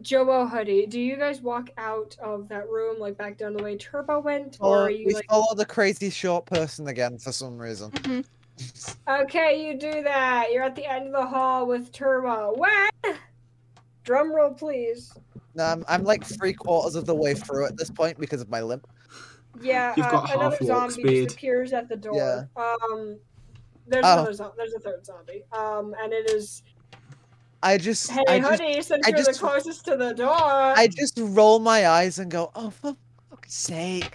A: Jobo Hoodie, do you guys walk out of that room, like back down the way Turbo went, or
E: Or
A: are you
E: Uh, we
A: like,
E: follow the crazy short person again for some reason.
D: Mhm.
A: okay, you do that? You're at the end of the hall with Turbo. When? Drum roll, please.
E: No, I'm, I'm like three quarters of the way through at this point because of my limp.
A: Yeah,
B: You've
A: uh,
B: got half
A: another
B: walk
A: zombie
B: speed.
A: just appears at the door.
E: Yeah.
A: Um, there's
E: Oh.
A: another zo- there's a third zombie. Um, and it is
E: I just,
A: hey
E: I just,
A: honey, since
E: I
A: you're
E: just-
A: the closest to the door.
E: I just roll my eyes and go, oh for fuck's sake!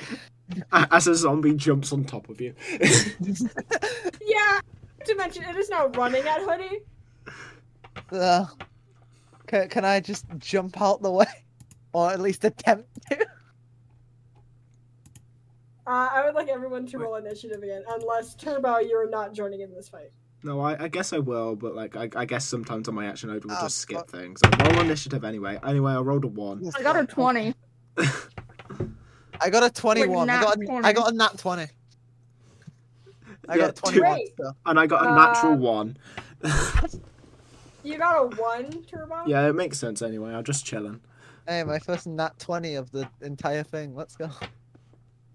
E: [laughs]
B: A- [laughs] As a zombie jumps on top of you.
A: yeah. To mention, it is now running at Hoodie.
E: Uh, can, can I just jump out the way, or at least attempt to?
A: Uh, I would like everyone to roll initiative again, unless Turbo, you're not joining in this fight.
B: no, I, I guess I will, but like I, I guess sometimes on my action I will
E: Oh,
B: just skip
E: fuck.
B: things. I roll initiative anyway. Anyway, I rolled a one.
D: I got a 20.
E: I got a 21. I
D: nat
E: got a, I
D: 20.
E: got a nat 20. I
B: Yeah,
E: got a
B: two-
E: 21.
A: Great.
E: so-
B: and I got a
A: Uh,
B: natural one.
A: You got a one, Turbo.
B: Yeah, it makes sense anyway. I'm just chilling.
E: Hey, my first nat 20 of the entire thing. Let's go. [laughs]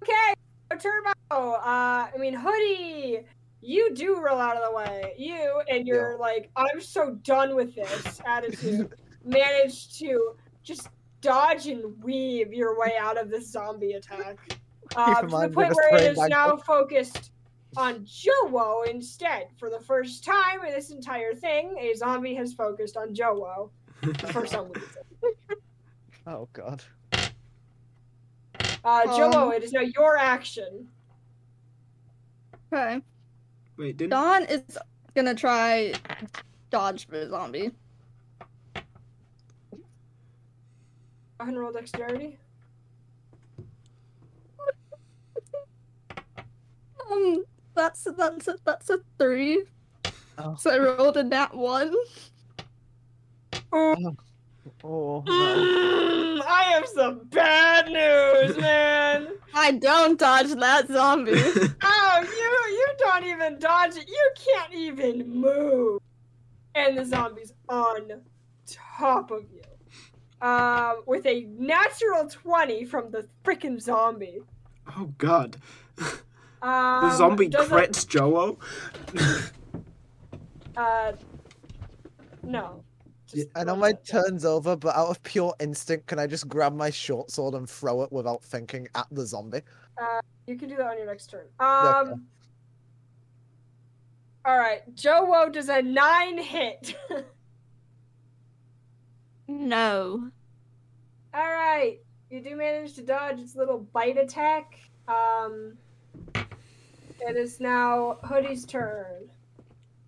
A: Okay, so Turbo. Uh, I mean Hoodie. You do roll out of the way. You and your like, I'm so done with this attitude. managed to just dodge and weave your way out of this zombie attack. Um, to the
E: reminded
A: point
E: us
A: where it
E: very
A: is
E: much.
A: now focused on Jowo instead. For the first time in this entire thing, a zombie has focused on Jowo for some reason.
E: Oh, God.
A: Uh,
D: Um.
A: Jowo, it is now your action.
D: Okay.
B: Wait, didn't
D: Don is gonna try dodge for the zombie.
A: Go ahead and roll dexterity.
D: Um, that's that's a, that's a three.
E: Oh.
D: So I rolled a nat one.
E: Oh,
A: [laughs]
E: no.
A: Mm, I have some bad
B: [laughs]
A: news, man.
D: I don't dodge that zombie.
A: oh, you you don't even dodge it. You can't even move. and the zombies on top of you. Um, with a natural 20 from the freaking zombie.
B: Oh god.
A: Um,
B: The zombie
A: does a-
B: crits Joel.
A: uh, no. Just
E: I know
A: one
E: my
A: shot, yeah.
E: turn's over, but out of pure instinct, can I just grab my short sword and throw it without thinking at the zombie?
A: You can do that on your next turn. Um. All right, Joe Woe does a nine hit. all
D: No.
A: right, you do manage to dodge its little bite attack. Um. It is now Hoodie's turn.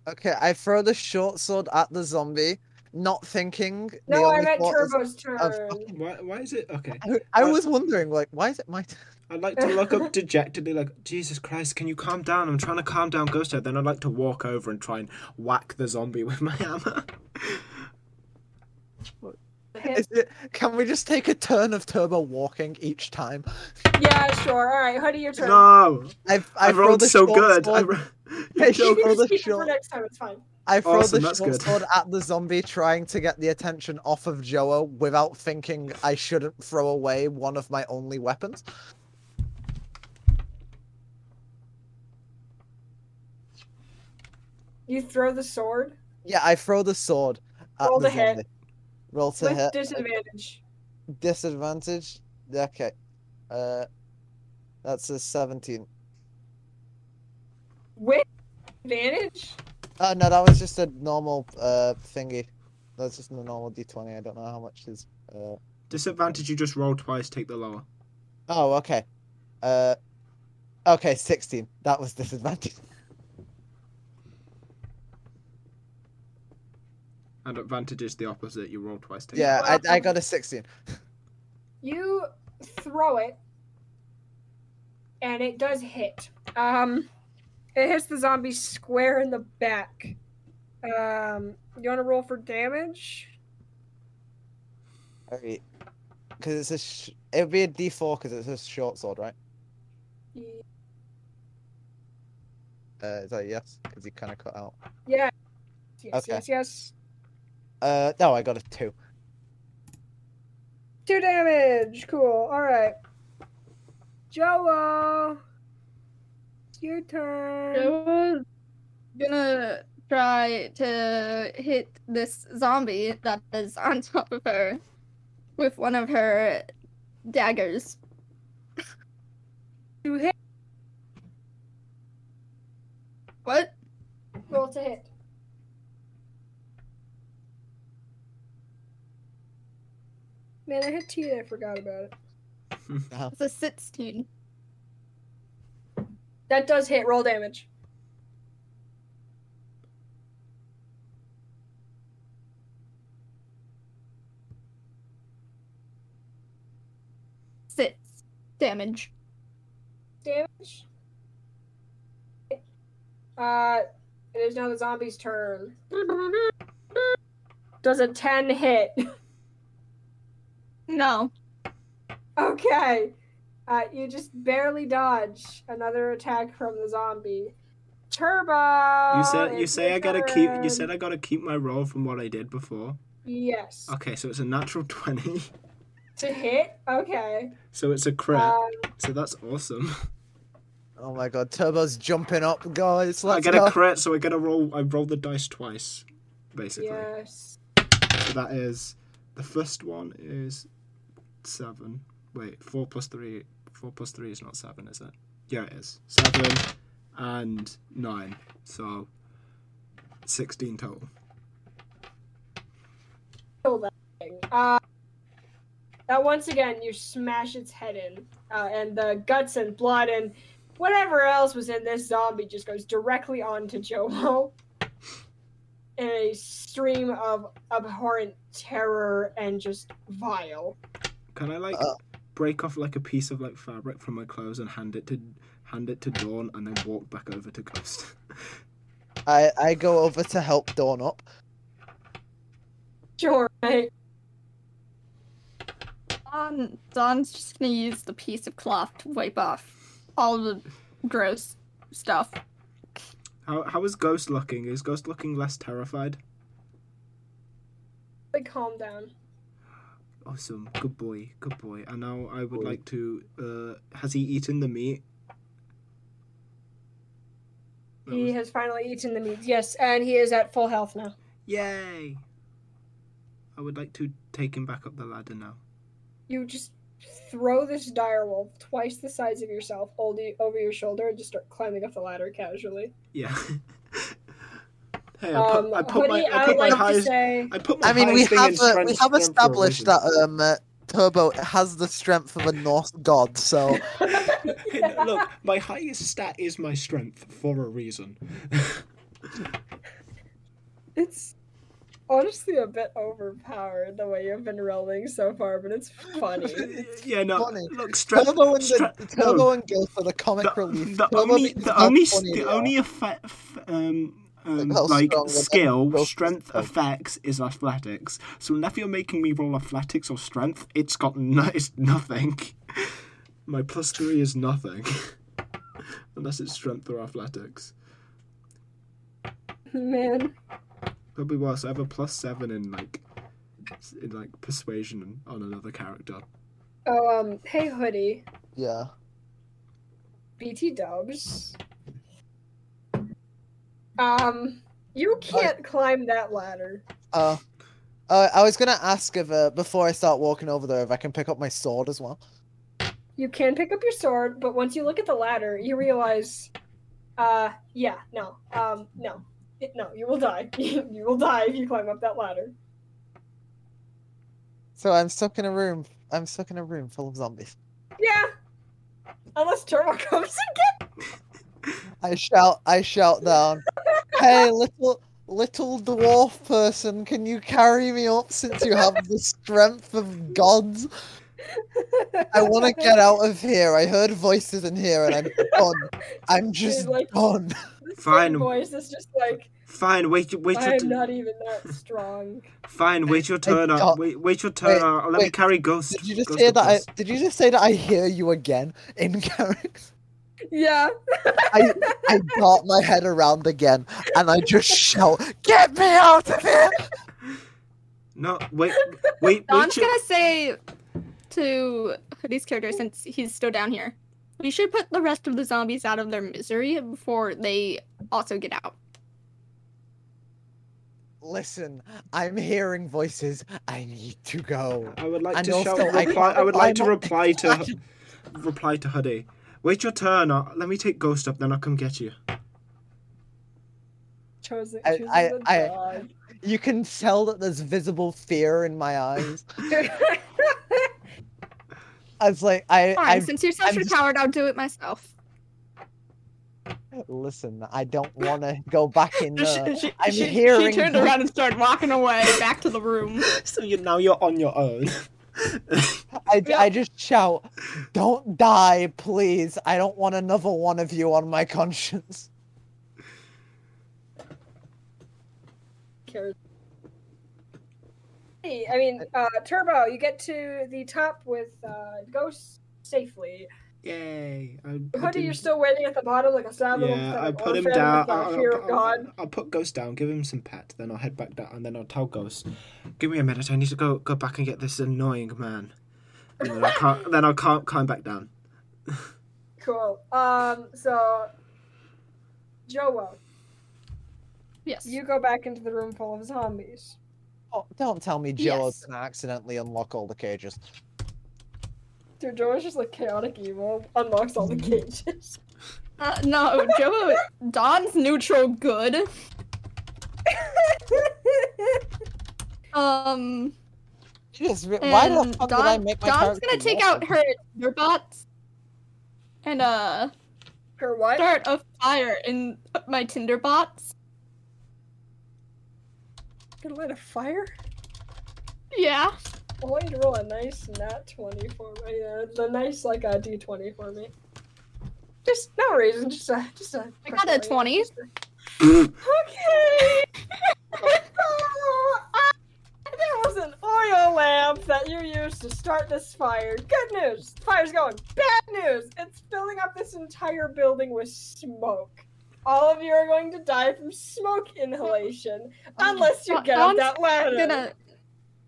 E: Okay, I throw the short sword at the zombie, not thinking. the
A: No, I
E: only
A: meant
E: thought
A: Turbo's
E: is-
A: turn.
E: fucking-
B: Why, why is it? Okay.
E: I, I
B: Uh,
E: was wondering, like, why is it my [laughs] turn?
B: I'd like to look up dejectedly, like, Jesus Christ, can you calm down? I'm trying to calm down Ghost Head. Then I'd like to walk over and try and whack the zombie with my hammer.
E: Is it, can we just take a turn of Turbo walking each time?
A: yeah, sure. All right, Hoodie, your turn.
B: [laughs] no!
E: I've,
B: I,
E: I've
B: rolled so good. I ro- [laughs]
A: [laughs]
E: I
A: you
E: Joe
A: can
E: rolled
A: just
E: a
A: keep it for
E: short.
A: next time. It's fine.
E: I throw
B: Awesome,
E: the
B: that's
E: short
B: good.
E: sword at the zombie, trying to get the attention off of Joa without thinking I shouldn't throw away one of my only weapons.
A: You throw the sword
E: Yeah, I throw the sword at
A: Roll
E: the
A: to hit.
E: zombie. Roll to
A: with
E: hit.
A: disadvantage.
E: Disadvantage. Okay. Uh, that's a seventeen.
A: With advantage?
E: Oh no, that was just a normal uh thingy. That's just a normal D twenty. I don't know how much is. Uh...
B: Disadvantage, you just roll twice, take the lower.
E: Oh, okay. Uh, okay, sixteen. That was [laughs] disadvantage.
B: And advantage is the opposite, you roll twice, take
E: Yeah, I, I
A: Wow.
E: got a sixteen.
A: You throw it, and it does hit. Um, it hits the zombie square in the back. Um, you want to roll for damage?
E: Alright. Because it's a. Sh- it would be a d4 because it's a short sword, right? Uh, is that a yes? Because you kind of cut out.
A: Yeah. Yes,
E: Okay.
A: yes, yes.
E: Uh, no, I got a 2.
A: Two damage. Cool. All right. Joa, it's your turn.
D: Joe's gonna try to hit this zombie that is on top of her with one of her daggers.
A: You hit.
D: What?
A: Roll to hit. Man, I had tea and I forgot about it.
D: It's a 16.
A: That does hit. Roll damage.
D: Six damage.
A: damage. Uh, it is now the zombie's turn. Does a 10 hit?
D: No.
A: [laughs] Okay. Uh, you just barely dodge another attack from the zombie. Turbo.
B: You said you
A: Oh, it's
B: say
A: your
B: I gotta keep you
A: turn.
B: said I gotta keep my roll from what I did before.
A: yes
B: Okay, so it's a natural [laughs] twenty.
A: to hit. Okay.
B: So it's a crit.
A: Um,
B: so that's awesome. [laughs]
E: Oh my god, Turbo's jumping up, guys.
B: I
E: Let's
B: get
E: go.
B: a crit, so I get a roll I roll the dice twice, basically.
A: yes.
B: So that is the first one is seven. Wait, four plus three four plus three is not seven, is it? Yeah it is. Seven and nine. So sixteen total.
A: kill that thing. Uh, now, once again, you smash its head in, uh, and the guts and blood and whatever else was in this zombie just goes directly onto Jomo in a stream of abhorrent terror and just vile.
B: Can I like
E: Uh.
B: break off like a piece of like fabric from my clothes and hand it to hand it to Dawn and then walk back over to Ghost? [laughs]
E: I, I go over to help Dawn up.
A: Sure, right?
D: Don, Um, Don's just gonna use the piece of cloth to wipe off all the gross stuff.
B: how how is Ghost looking? Is Ghost looking less terrified?
A: Like, calm down.
B: Awesome. Good boy. Good boy. And now I would like to. Uh, has he eaten the meat? That
A: He
B: was-
A: has finally eaten the meat. Yes, and he is at full health now.
B: Yay! I would like to take him back up the ladder now.
A: You just throw this direwolf twice the size of yourself oldie over your shoulder and just start climbing up the ladder casually.
B: Yeah. [laughs] hey, I put,
A: Um,
B: I put
A: Hoodie,
B: my I
A: I
B: put
A: would
B: my
A: like to
B: highest
A: say
B: I put my
E: I mean, we
B: highest thing
E: have
B: in
E: uh,
B: strength
E: we
B: down
E: have
B: for a
E: established
B: reason.
E: that um, uh, Turbo has the strength of a Norse god, [laughs] so
B: [laughs] Look, my highest stat is my strength for a reason.
A: it's honestly a bit overpowered the way you've been rolling so far, but it's funny.
B: yeah, no.
C: Funny.
B: Look, strength.
C: Turbo and
B: stra-
C: the,
B: no,
C: Turbo and Ghost are the comic relief.
B: the, the
C: Turbo
B: only
C: because
B: the
C: how
B: only
C: funny they
B: the
C: are.
B: only effect um, um
E: Like how
B: like
E: strong the
B: skill
E: both-
B: strength
E: both.
B: effects is athletics. So if you're making me roll athletics or strength, it's got no, it's nothing. My plus three is nothing, [laughs] unless it's strength or athletics.
A: [laughs] Man,
B: Probably worse. I have a plus seven in like s- in like persuasion on another character.
A: oh um, hey hoodie,
E: yeah.
A: BT Dubs. Um, you can't climb that ladder.
E: Uh, uh, I was gonna ask if uh, before I start walking over there if I can pick up my sword as well.
A: You can pick up your sword, but once you look at the ladder, you realize, uh, yeah, no, um, no, it, no, you will die. [laughs] you will die if you climb up that ladder.
E: So I'm stuck in a room. I'm stuck in a room full of zombies.
A: Yeah, unless Turbo comes
E: I shout. I shout down. hey, little little dwarf person, can you carry me up since you have the strength of gods?
A: again.
E: I want to get out of here. I heard voices in here, and I'm done. I'm just
A: Dude, like-
E: done.
A: This
B: Fine.
A: voice is just like
B: Fine, wait, your- wait
A: I
B: your
A: am
B: t-
A: not even that strong. [laughs]
B: fine, wait your turn.
E: I
B: uh,
E: don't-
B: Wait, wait your turn.
E: wait,
B: uh, Let me
E: wait.
B: carry ghost.
E: Did you just
B: Ghost
E: say
B: up
E: that? I,
B: first.
E: did you just say that I hear you again in character?
A: Yeah,
E: I I dart my head around again, and I just shout, "Get me out of here!"
B: No, wait,
A: [laughs]
B: wait,
D: Don's
B: wait. Your...
D: gonna say to Hoodie's character since he's still down here. We should put the rest of the zombies out of their misery before they also get out.
E: Listen, I'm hearing voices. I need to go.
B: I would like
E: And
B: to shout.
E: also, I
B: reply, I,
E: can't
B: would like to
E: reply
B: reply [laughs] to reply to Huddy. Wait your turn. Uh, let me take ghost up, then I'll come get you.
A: chosen.
E: I-
A: chosen
E: I-
A: the
E: I-
A: dog.
E: You can tell that there's visible fear in my eyes.
A: [laughs]
E: I was like, I,
D: Fine,
E: I
D: since you're such
E: I'm
D: a
E: just-
D: coward, I'll do it myself.
E: listen. I don't want to go back in there.
D: she,
E: I'm she- she hearing
D: turned
E: turned around
D: around and started walking away back to the room.
B: So you now you're on your own.
E: I, I just shout, "Don't die, please! I don't want another one of you on my conscience."
A: Care- Hey, I mean, uh, Turbo, you get to the top with uh, Ghost safely.
B: Yay! I put
A: Hoodie,
B: him-
A: you're still waiting at the bottom like a sad little
B: yeah,
A: fucking
B: I put him
A: orphan
B: down. Uh,
A: without
B: I'll,
A: fear
B: I'll-
A: of God.
B: I'll- I'll put Ghost down, give him some pat, then I'll head back down, and then I'll tell Ghost, "Give me a minute. I need to go go back and get this annoying man." And then I can't. then I can't climb
A: [laughs]
B: back down.
A: Cool. Um, so, Joel,
D: Yes.
A: you go back into the room full of zombies.
E: Oh, don't tell me Joe
D: Yes.
E: can accidentally unlock all the cages.
A: Dude, Joel's just like chaotic evil, unlocks
E: [laughs]
A: all the cages.
D: Uh, no, Joe, Don's neutral good. Um,
E: It is re- why the
D: and
E: fuck
D: Mm, Don,
E: did I make my
D: Don's
E: character
D: gonna take
E: walk?
D: out her her bots and uh
A: [laughs] Her what?
D: start a fire in my Tinder bots.
A: Gonna light a fire?
D: Yeah.
A: I want you to roll a nice nat 20 for me. Uh, the nice, like, uh, d20 for me. Just, no reason, just a, just a.
D: I got a 20.
A: Okay! [laughs] there was an oil lamp that you used to start this fire. Good news! Fire's going. Bad news! It's filling up this entire building with smoke. All of you are going to die from smoke inhalation unless you
D: Don-
A: get up
D: Don's
A: that ladder.
D: gonna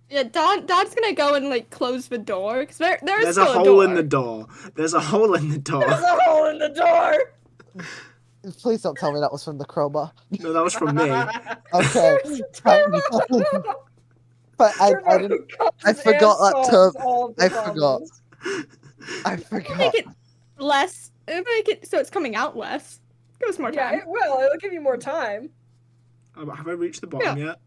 D: Yeah, Don. Don's gonna go and like close the door because there, there's,
B: There's a
D: still
B: hole
D: door.
B: in the door. There's a hole in the
A: There's
B: door.
A: a hole in the door.
E: Please don't tell me that was from the
D: [laughs]
E: crowbar.
B: No, that was from
A: [laughs]
B: me.
E: Okay.
A: Turbo-
E: but I, I
A: Turbo
E: didn't.
A: comes
E: I forgot
A: and
E: that
A: solves
E: term.
A: all of the
E: I forgot.
A: problems. [laughs]
E: I
D: It'll
E: forgot.
D: Make it less. it'll Make it so it's coming out less. Give us more
A: Yeah,
D: time.
A: it will. It'll give you more time.
B: Um, Have I reached the bottom yet?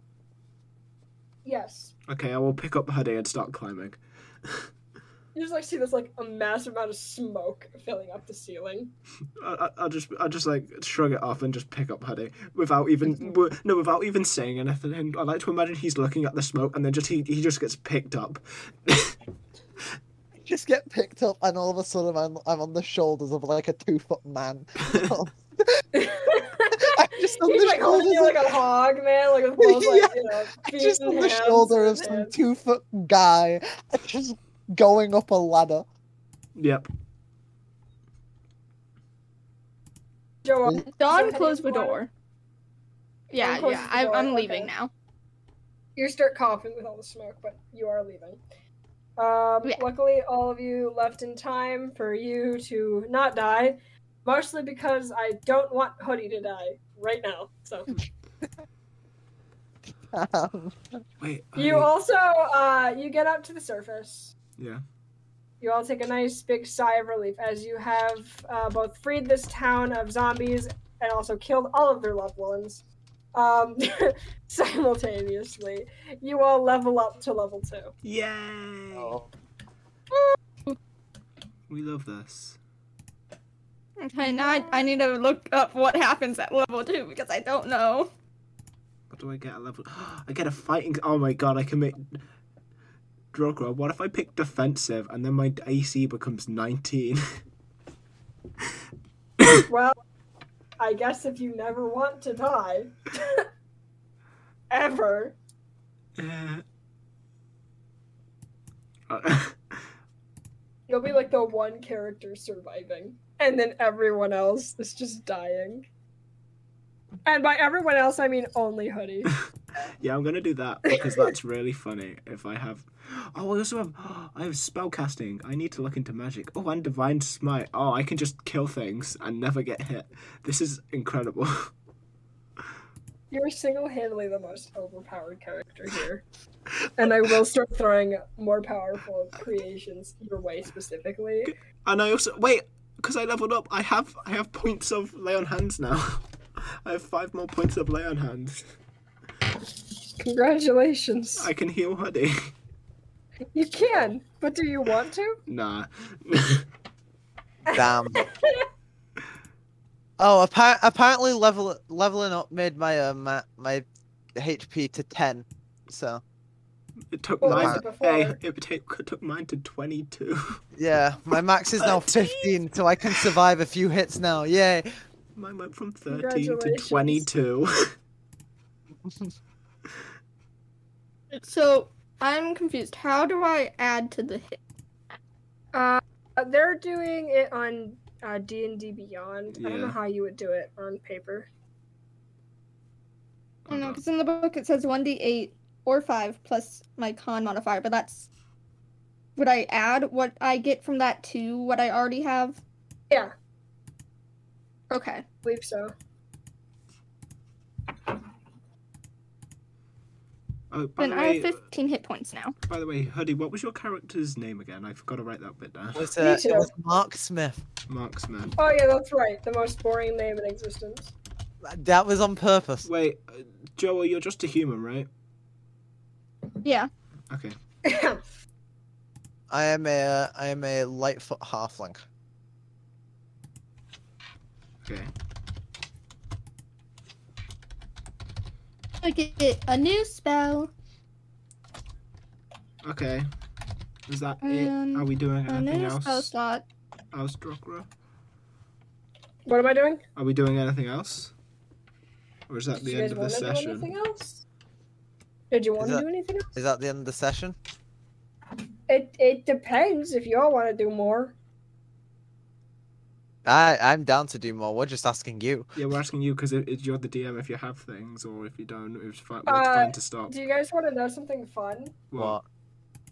A: Yes.
B: Okay, I will pick up the hoodie and start climbing.
A: You just like see this like a massive amount of smoke filling up the
E: [laughs]
A: ceiling.
B: I, I, I just, I just like shrug it off and just pick up Huddy without even, w- no, without even saying anything. And I like to imagine he's looking at the smoke and then just he, he just gets picked up.
E: Just get picked up, and all of a sudden, I'm, I'm on the shoulders of like a two foot [laughs] man.
A: [laughs]
E: I'm just on
A: He's
E: the
A: like holding you
E: shoulders.
A: like a hog, man, like with
E: [laughs]
A: both like
E: Yeah,
A: you know,
E: of,
A: feet
E: just
A: and
E: on the
A: hands
E: shoulder
A: and-
E: of some two foot guy, just going up a ladder. [laughs]
B: Yep.
A: Joe,
D: Don,
A: So
D: close the
A: anyone-
D: door. Yeah,
A: closes
D: yeah.
A: the
D: I,
A: door,
D: I'm
A: okay.
D: leaving now.
A: you start coughing with all the smoke, but you are leaving. Um,
D: Yeah.
A: Luckily, all of you left in time for you to not die, mostly because I don't want Hoodie to die right now. So
E: Um,
B: Wait. Huddy,
A: you also uh, you get up to the surface.
B: Yeah.
A: You all take a nice big sigh of relief as you have uh, both freed this town of zombies and also killed all of their loved ones um, [laughs] simultaneously. You all level up to level two.
B: Yay! We love this.
D: Okay, now I, I need to look up what happens at level two because I don't know.
B: What do I get at level? [gasps] I get a fighting. Oh my god! I can make. Drogro, what if I pick defensive and then my AC becomes 19?
A: Well, I guess if you never want to die, [laughs] ever,
B: Uh,
A: you'll be like the one character surviving, and then everyone else is just dying. And by everyone else, I mean only Hoodie.
B: [laughs] yeah, I'm gonna do that because that's really funny. If I have, [gasps] oh, I also have, [gasps] I have spell casting. I need to look into magic. Oh, and divine smite. Oh, I can just kill things and never get hit. This is incredible. [laughs]
A: You're single-handedly the most overpowered character here, and I will start throwing more powerful creations your way specifically.
B: And I also wait because I leveled up. I have I have points of lay on hands now. [laughs] I have five more points of lay on hands.
A: Congratulations,
B: I can heal Huddy. [laughs]
A: you can, but do you want to?
B: Nah. [laughs]
E: Damn. [laughs] oh, appa- apparently level leveling up made my uh, my, my HP to ten. So
B: It took
A: What
B: mine.
A: was it
B: Hey,
A: before?
B: it took, took mine to twenty-two. [laughs]
E: yeah, my
A: [laughs]
E: max is now fifteen, so I can survive a few hits now. Yay!
B: Mine went from thirteen to
A: Congratulations.
B: twenty-two. [laughs] Oh,
D: So I'm confused. How do I add to the hit?
A: Uh, they're doing it on uh, D and D Beyond. I don't know
B: Yeah.
A: how you would do it on paper.
D: I don't know because in the book it says one d eight or five plus my con modifier, but that's would I add what I get from that to what I already have?
A: Yeah,
D: Okay.
A: I believe so.
B: Oh, by the
D: Then I have
B: way,
D: fifteen hit points now.
B: by the way, Huddy, what was your character's name again? I forgot to write that bit down.
E: It was,
A: Me
E: uh,
A: too.
E: it was Mark Smith.
B: Marksman.
A: Oh yeah, that's right. The most boring name in existence. [coughs]
E: That was on purpose.
B: Wait, uh, Joel, you're just a human, right?
D: Yeah.
B: Okay.
E: I am a uh, I am a lightfoot halfling.
B: Okay.
D: I get a new spell.
B: Okay. Is that
D: Um,
B: it? Are we doing
D: A
B: anything
D: new spell
B: else?
D: slot.
B: Else, Drogro?
A: what am I doing?
B: Are we doing anything else? Or is that
A: Did
B: the
A: you
B: end
A: guys
B: of the
A: want to do
B: session?
A: anything else? Did you want to
E: that-
A: do anything else?
E: Is that the end of the session?
A: It it depends if y'all want to do more.
E: I I'm down to do more. We're just asking you.
B: Yeah, we're asking you because you're the DM if you have things or if you don't, it's fine,
A: Uh,
B: it's fine to stop.
A: Do you guys want to know something fun?
B: Well,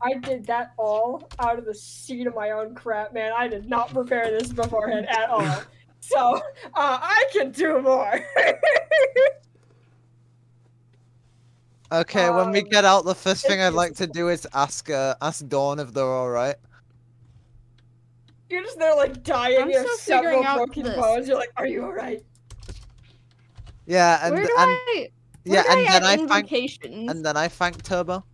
A: I did that all out of the seat of my own crap, man. I did not prepare this beforehand at [laughs] all. So uh, I can do more. [laughs]
E: Okay, when we
A: Um,
E: get out, the first thing
A: this
E: I'd like
A: is-
E: to do is ask uh, ask Dawn if they're all right.
A: You're just there like dying.
G: I'm
A: you have
G: still
A: several
G: figuring out
A: broken
G: this.
A: bones. You're like, are you alright?
E: Yeah, and
D: where
E: and
D: do I?
E: yeah,
D: where do
E: and
D: I
E: then
D: add
E: I thank
D: invocations?
E: and then I thank Turbo.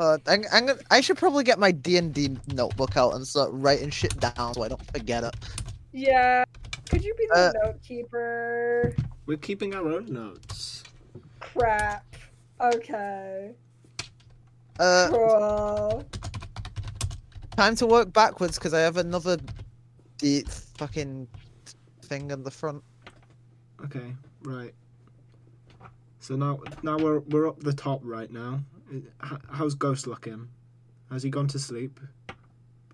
E: Uh, I, I'm gonna, I should probably get my D and D notebook out and start writing shit down so I don't forget it.
A: Yeah. Could you be the
E: Uh,
A: note keeper?
B: we're keeping our own notes.
A: Crap. Okay.
E: Uh,
A: Cool.
E: time to work backwards because I have another D fucking thing in the front.
B: Okay, right. So now, now we're we're up the top right now. H- How's Ghost looking? Has he gone to sleep?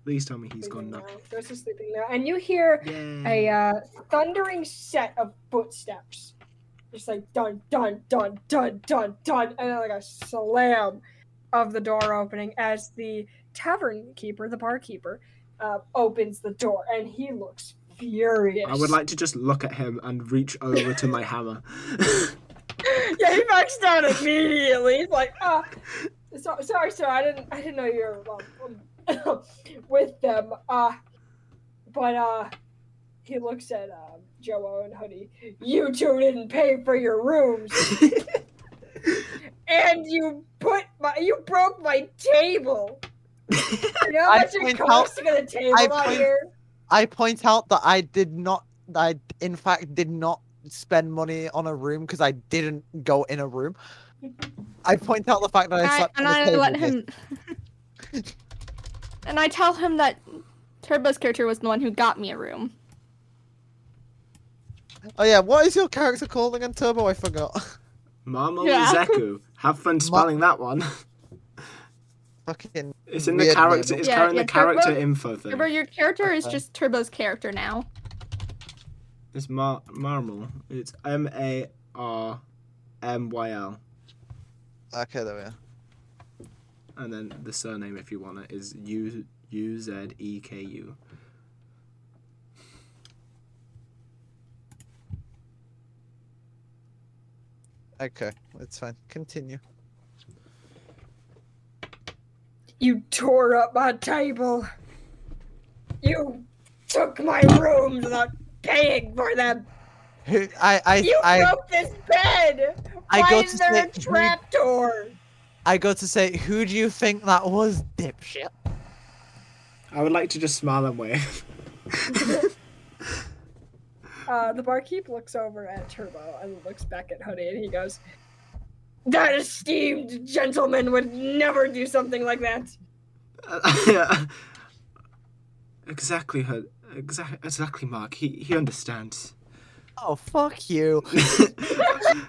B: Please tell me he's gone
A: Sleeping
B: now.
A: now. Ghost is sleeping now. And you hear a
B: Yay!
A: uh, thundering set of footsteps. Just like dun dun dun dun dun dun, and then like a slam of the door opening as the tavern keeper, the barkeeper, uh, opens the door, and he looks furious.
B: I would like to just look at him and reach over to my hammer. [laughs]
A: [laughs] yeah, he backs down immediately. He's like, ah, so, sorry, sir. I didn't, I didn't know you were um, [coughs] with them. Uh, but uh, he looks at um, Joe and Hoodie. You two didn't pay for your [laughs] rooms, and you put my, you broke my [laughs] table. You know how
E: I
A: much it
E: point
A: costs to get a table
E: I
A: out
E: point-
A: here?
E: I point out that I did not, I in fact did not spend money on a room because I didn't go in a room. I point out the fact that I,
D: I,
E: slept
D: and
E: on the
D: I
E: table
D: let
E: with-
D: him. [laughs] and I tell him that Turbo's character was the one who got me a room.
E: Oh yeah, what is your character called again, Turbo? I forgot. [laughs]
B: Mamo
D: Yeah.
B: Zeku. Have fun spelling that one.
E: Fucking
B: It's in the
E: Weird
B: character.
E: name.
B: It's
D: Yeah,
B: carrying
D: yeah,
B: the character
D: Turbo-
B: info thing.
D: Turbo, your character is
E: Okay.
D: just Turbo's character now.
B: It's Mar Marmal. It's M A R M Y L,
E: okay, there we are.
B: and then the surname, if you want it, is U U Z E K U.
E: Okay, it's fine. Continue.
A: You tore up my table. You took my rooms without paying for them.
E: Who I I
A: You
E: I,
A: broke this bed.
E: I
A: Why
E: go
A: is
E: to
A: there a
E: sleep.
A: trapdoor?
E: I go to say, who do you think that was, dipshit?
B: I would like to just smile and wave.
A: Uh, the barkeep looks over at Turbo and looks back at Hoodie, and he goes, "That esteemed gentleman would never do something like that."
B: [laughs] exactly her. Exactly, exactly, Mark. He he understands. [laughs]
E: Oh fuck you!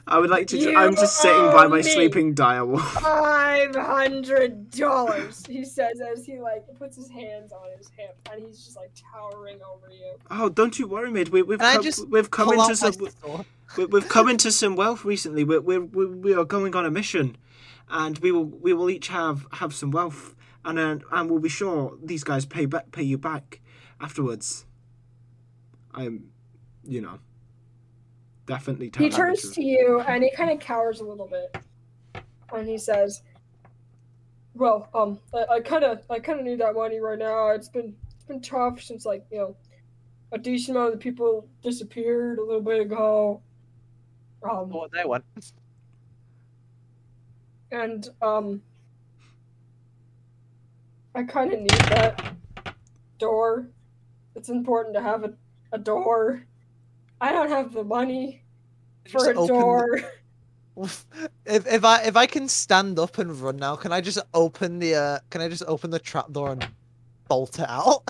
B: I would like to. Ju-
A: You
B: I'm just sitting by
A: owe
B: my
A: me.
B: sleeping direwolf.
A: Five hundred dollars, he says as he like puts his hands on his hip, and he's just like towering over you.
B: [laughs] Oh, don't you worry, mate. We, we've
E: Can I
B: come,
E: just
B: we've come
E: Pull out
B: into
E: my
B: some
E: sword.
B: we, we've come into some wealth recently. We're, we're, we we are going on a mission, and we will we will each have have some wealth, and uh, and we'll be sure these guys pay back pay you back afterwards. I'm, you know, definitely. tell
A: He
B: that
A: turns
B: to-
A: to you and he kind of cowers a little bit, and he says, "Well, um, I kind of, I kind of need that money right now. It's been, it's been tough since like you know, a decent amount of the people disappeared a little bit ago, um,
E: What they want?
A: and um, I kind of need that door. It's important to have a, a door. I don't have the money for
E: Just
A: a
E: open the-
A: door."
E: If if I if I can stand up and run now, can I just open the uh, can I just open the trap door and bolt it out?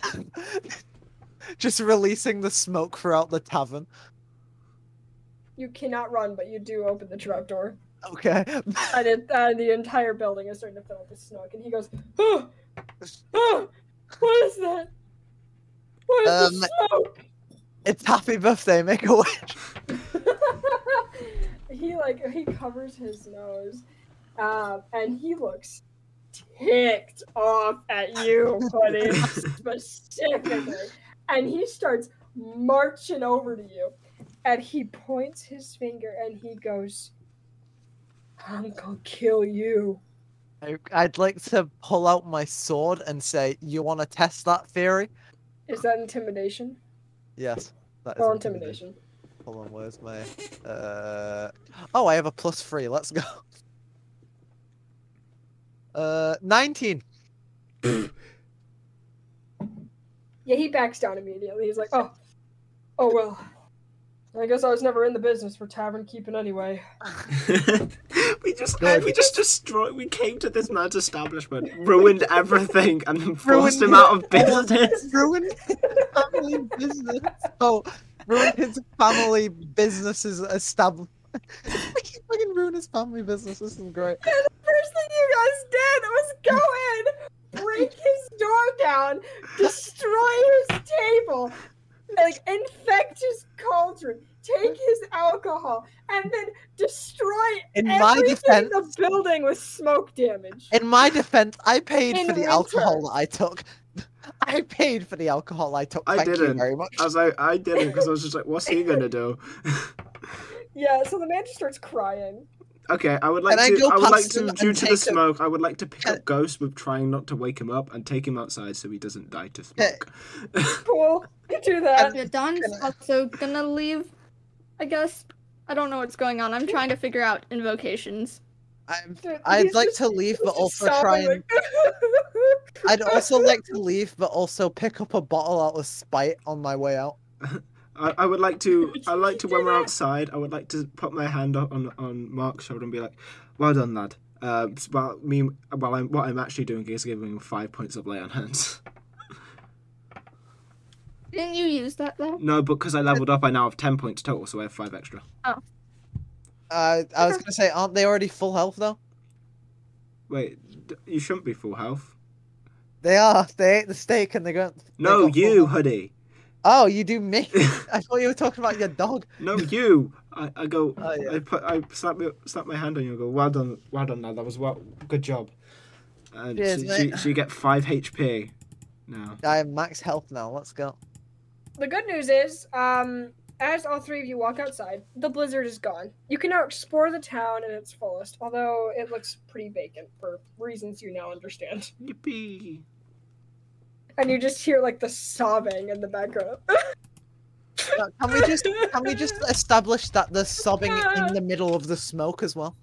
E: [laughs] just releasing the smoke throughout the tavern.
A: You cannot run, but you do open the trap door.
E: Okay. [laughs]
A: And it, uh, the entire building is starting to fill up with smoke. And he goes, oh, oh, What is that? What is this smoke?
E: It's happy birthday, make a wish.
A: [laughs] he like he covers his nose, um, and he looks ticked off at you, buddy, specifically. And he starts marching over to you, and he points his finger and he goes, "I'm gonna kill you."
E: I- I'd like to pull out my sword and say, "You want to test that theory?"
A: Is that intimidation?
E: Yes. That is
A: Roll intimidation.
E: Hold on, where's my? Uh... Oh, I have a plus three. Let's go. [laughs] Uh, nineteen.
A: Yeah, he backs down immediately. He's like, "Oh, oh well." I guess I was never in the business for tavern keeping anyway.
B: [laughs] we just we just destroyed. We came to this man's
E: [laughs]
B: establishment, ruined everything, and then forced
E: Ruined
B: him out [laughs] of
E: [laughs] all of
B: business.
E: Ruined his family business. Oh, ruined his family businesses [laughs] established. Fucking fucking ruin his family business. This is great.
A: First thing you guys did was go in, break his door down, destroy his table, like infect his cauldron, take his alcohol, and then destroy
E: In my
A: everything
E: defense,
A: in the building with smoke damage.
E: in my defense, I paid
A: In
E: for the
A: winter.
E: alcohol that I took. [laughs] I paid for the alcohol I took.
B: I
E: Thank you
B: didn't.
E: very much.
B: I was like, I did it because I was just like, what's he gonna do? [laughs]
A: yeah, so the man just starts crying.
B: Okay, I would like
E: Can I
B: to.
E: go
B: I, would
E: past
B: like
E: him
B: to,
E: and
B: due to the
E: take a-
B: smoke, I would like to pick
E: Can-
B: up Ghost with trying not to wake him up and take him outside so he doesn't die to smoke.
A: Cool, you do that.
D: Yeah, Don's
E: gonna-
D: also gonna leave. I guess I don't know what's going on. I'm trying to figure out invocations.
E: I'm,
A: Dude,
E: I'd
A: he's
E: like
A: just-
E: to leave,
A: he's
E: but
A: just
E: also
A: sobbing,
E: try and.
A: like- [laughs]
E: I'd also like to leave, but also pick up a bottle out of spite on my way out.
B: I, I would
A: [laughs]
B: like to. I like to
A: Do
B: when we're
A: that.
B: outside. I would like to put my hand o- on on Mark's shoulder and be like, "Well done, lad." Uh, s- well, me, well, I'm, what I'm actually doing is giving him five points of lay on hands. [laughs]
D: Didn't you use that though?
B: No, but because I leveled up, I now have ten points total, so I have five extra.
E: Uh, I was gonna say, aren't they already full health though?
B: Wait, d- you shouldn't be full health.
E: They are. They ate the steak and they got. they
B: No,
E: got full
B: you,
E: health.
B: hoodie.
E: Oh, you
B: [laughs]
E: do me. I thought you were talking about your dog. [laughs]
B: No, you. I, I go.
E: Oh, yeah.
B: I put. I slap my slap my hand on you. and go. Well done. Well done, lad. That was well. Good job. And
E: Cheers,
B: so, she,
E: mate.
B: so you get five HP. now.
E: I am max health now. Let's go.
A: the good news is, um, as all three of you walk outside, the blizzard is gone. You can now explore the town in its fullest, although it looks pretty vacant for reasons you now understand.
B: Yippee.
A: And you just hear like the sobbing in the background. [laughs]
E: Now, Can we just can we just establish that there's sobbing in the middle of the smoke as well?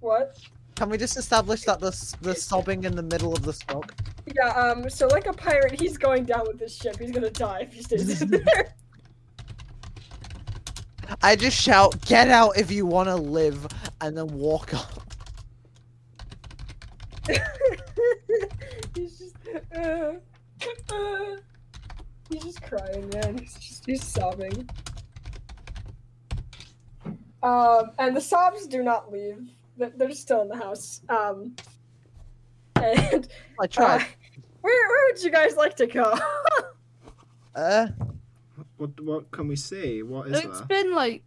A: what?
E: Can we just establish that there's there's sobbing in the middle of the smoke?
A: Yeah. Um. So like a pirate, he's going down with this ship. He's gonna die if he stays in there.
E: I just shout, "Get out if you want to live," and then walk [laughs] off.
A: [laughs] he's just. Uh, uh, he's just crying, man. He's just he's sobbing. Um, and the sobs do not leave. They're they're still in the house. Um, and
E: I
A: uh,
E: tried.
A: where where would you guys like to go? [laughs]
B: Ah.
E: Uh,
B: What what can we see? What is
D: It's
B: there?
D: been like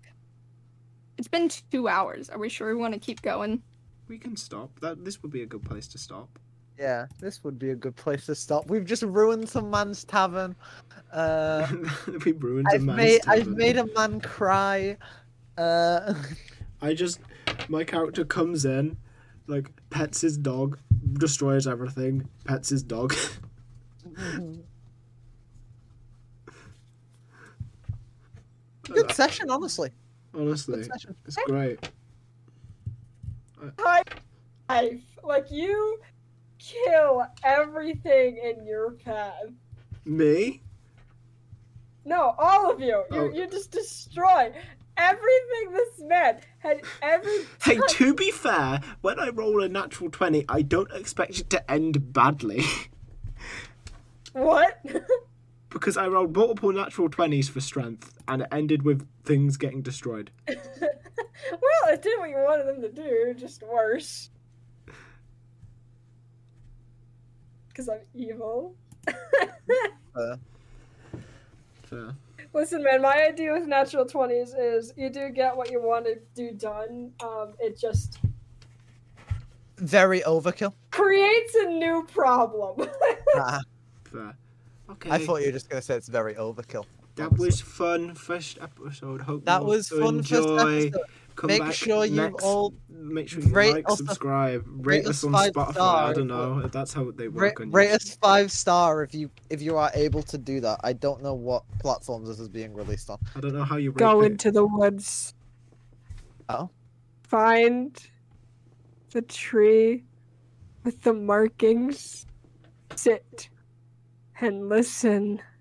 D: it's been two hours. Are we sure we want to keep going?
B: We can stop. That this would be a good place to stop.
E: yeah, this would be a good place to stop. We've just ruined some man's tavern.
B: [laughs]
E: Uh,
B: we ruined a
E: I've
B: man's
E: made I've
B: tavern.
E: made a man cry. Uh, [laughs]
B: I just my character comes in, like pets his dog, destroys everything, pets his dog. [laughs]
E: good session, honestly. Good
B: Honestly,
E: session.
B: Uh, it's great.
A: life. Like you kill everything in your path.
B: Me?
A: No, all of you. You
B: Oh.
A: you just destroy everything this man had every
B: Hey, to be fair, when I roll a natural 20, I don't expect it to end badly. [laughs]
A: what? [laughs]
B: because I rolled multiple natural 20s for strength and it ended with things getting destroyed.
A: well, it did what you wanted them to do, just worse. Cause I'm evil.
B: Fair.
A: Listen, man, my idea with natural twenties is you do get what you want to do done. Um, it just
E: Very overkill.
A: creates a new problem.
E: Ah,
B: Fair. Okay.
E: I thought you were just gonna say it's very overkill.
B: that was fun first episode. Hope
E: That
B: you
E: was fun. First
B: enjoy.
E: episode.
B: Come
E: Make
B: back
E: sure you
B: next-
E: all
B: make sure you
E: rate
B: like,
E: us-
B: subscribe,
E: rate
B: rate us
E: us
B: on
E: five
B: Spotify. I
E: stars.
B: don't know. if That's how they
E: Ra-
B: work on
E: rate
B: YouTube.
E: us five star if you if you are able to do that. I don't know what platforms this is being released on.
B: I don't know how you rate
G: Go
B: it.
G: into the woods.
E: Oh.
G: Find the tree with the markings. Sit and listen.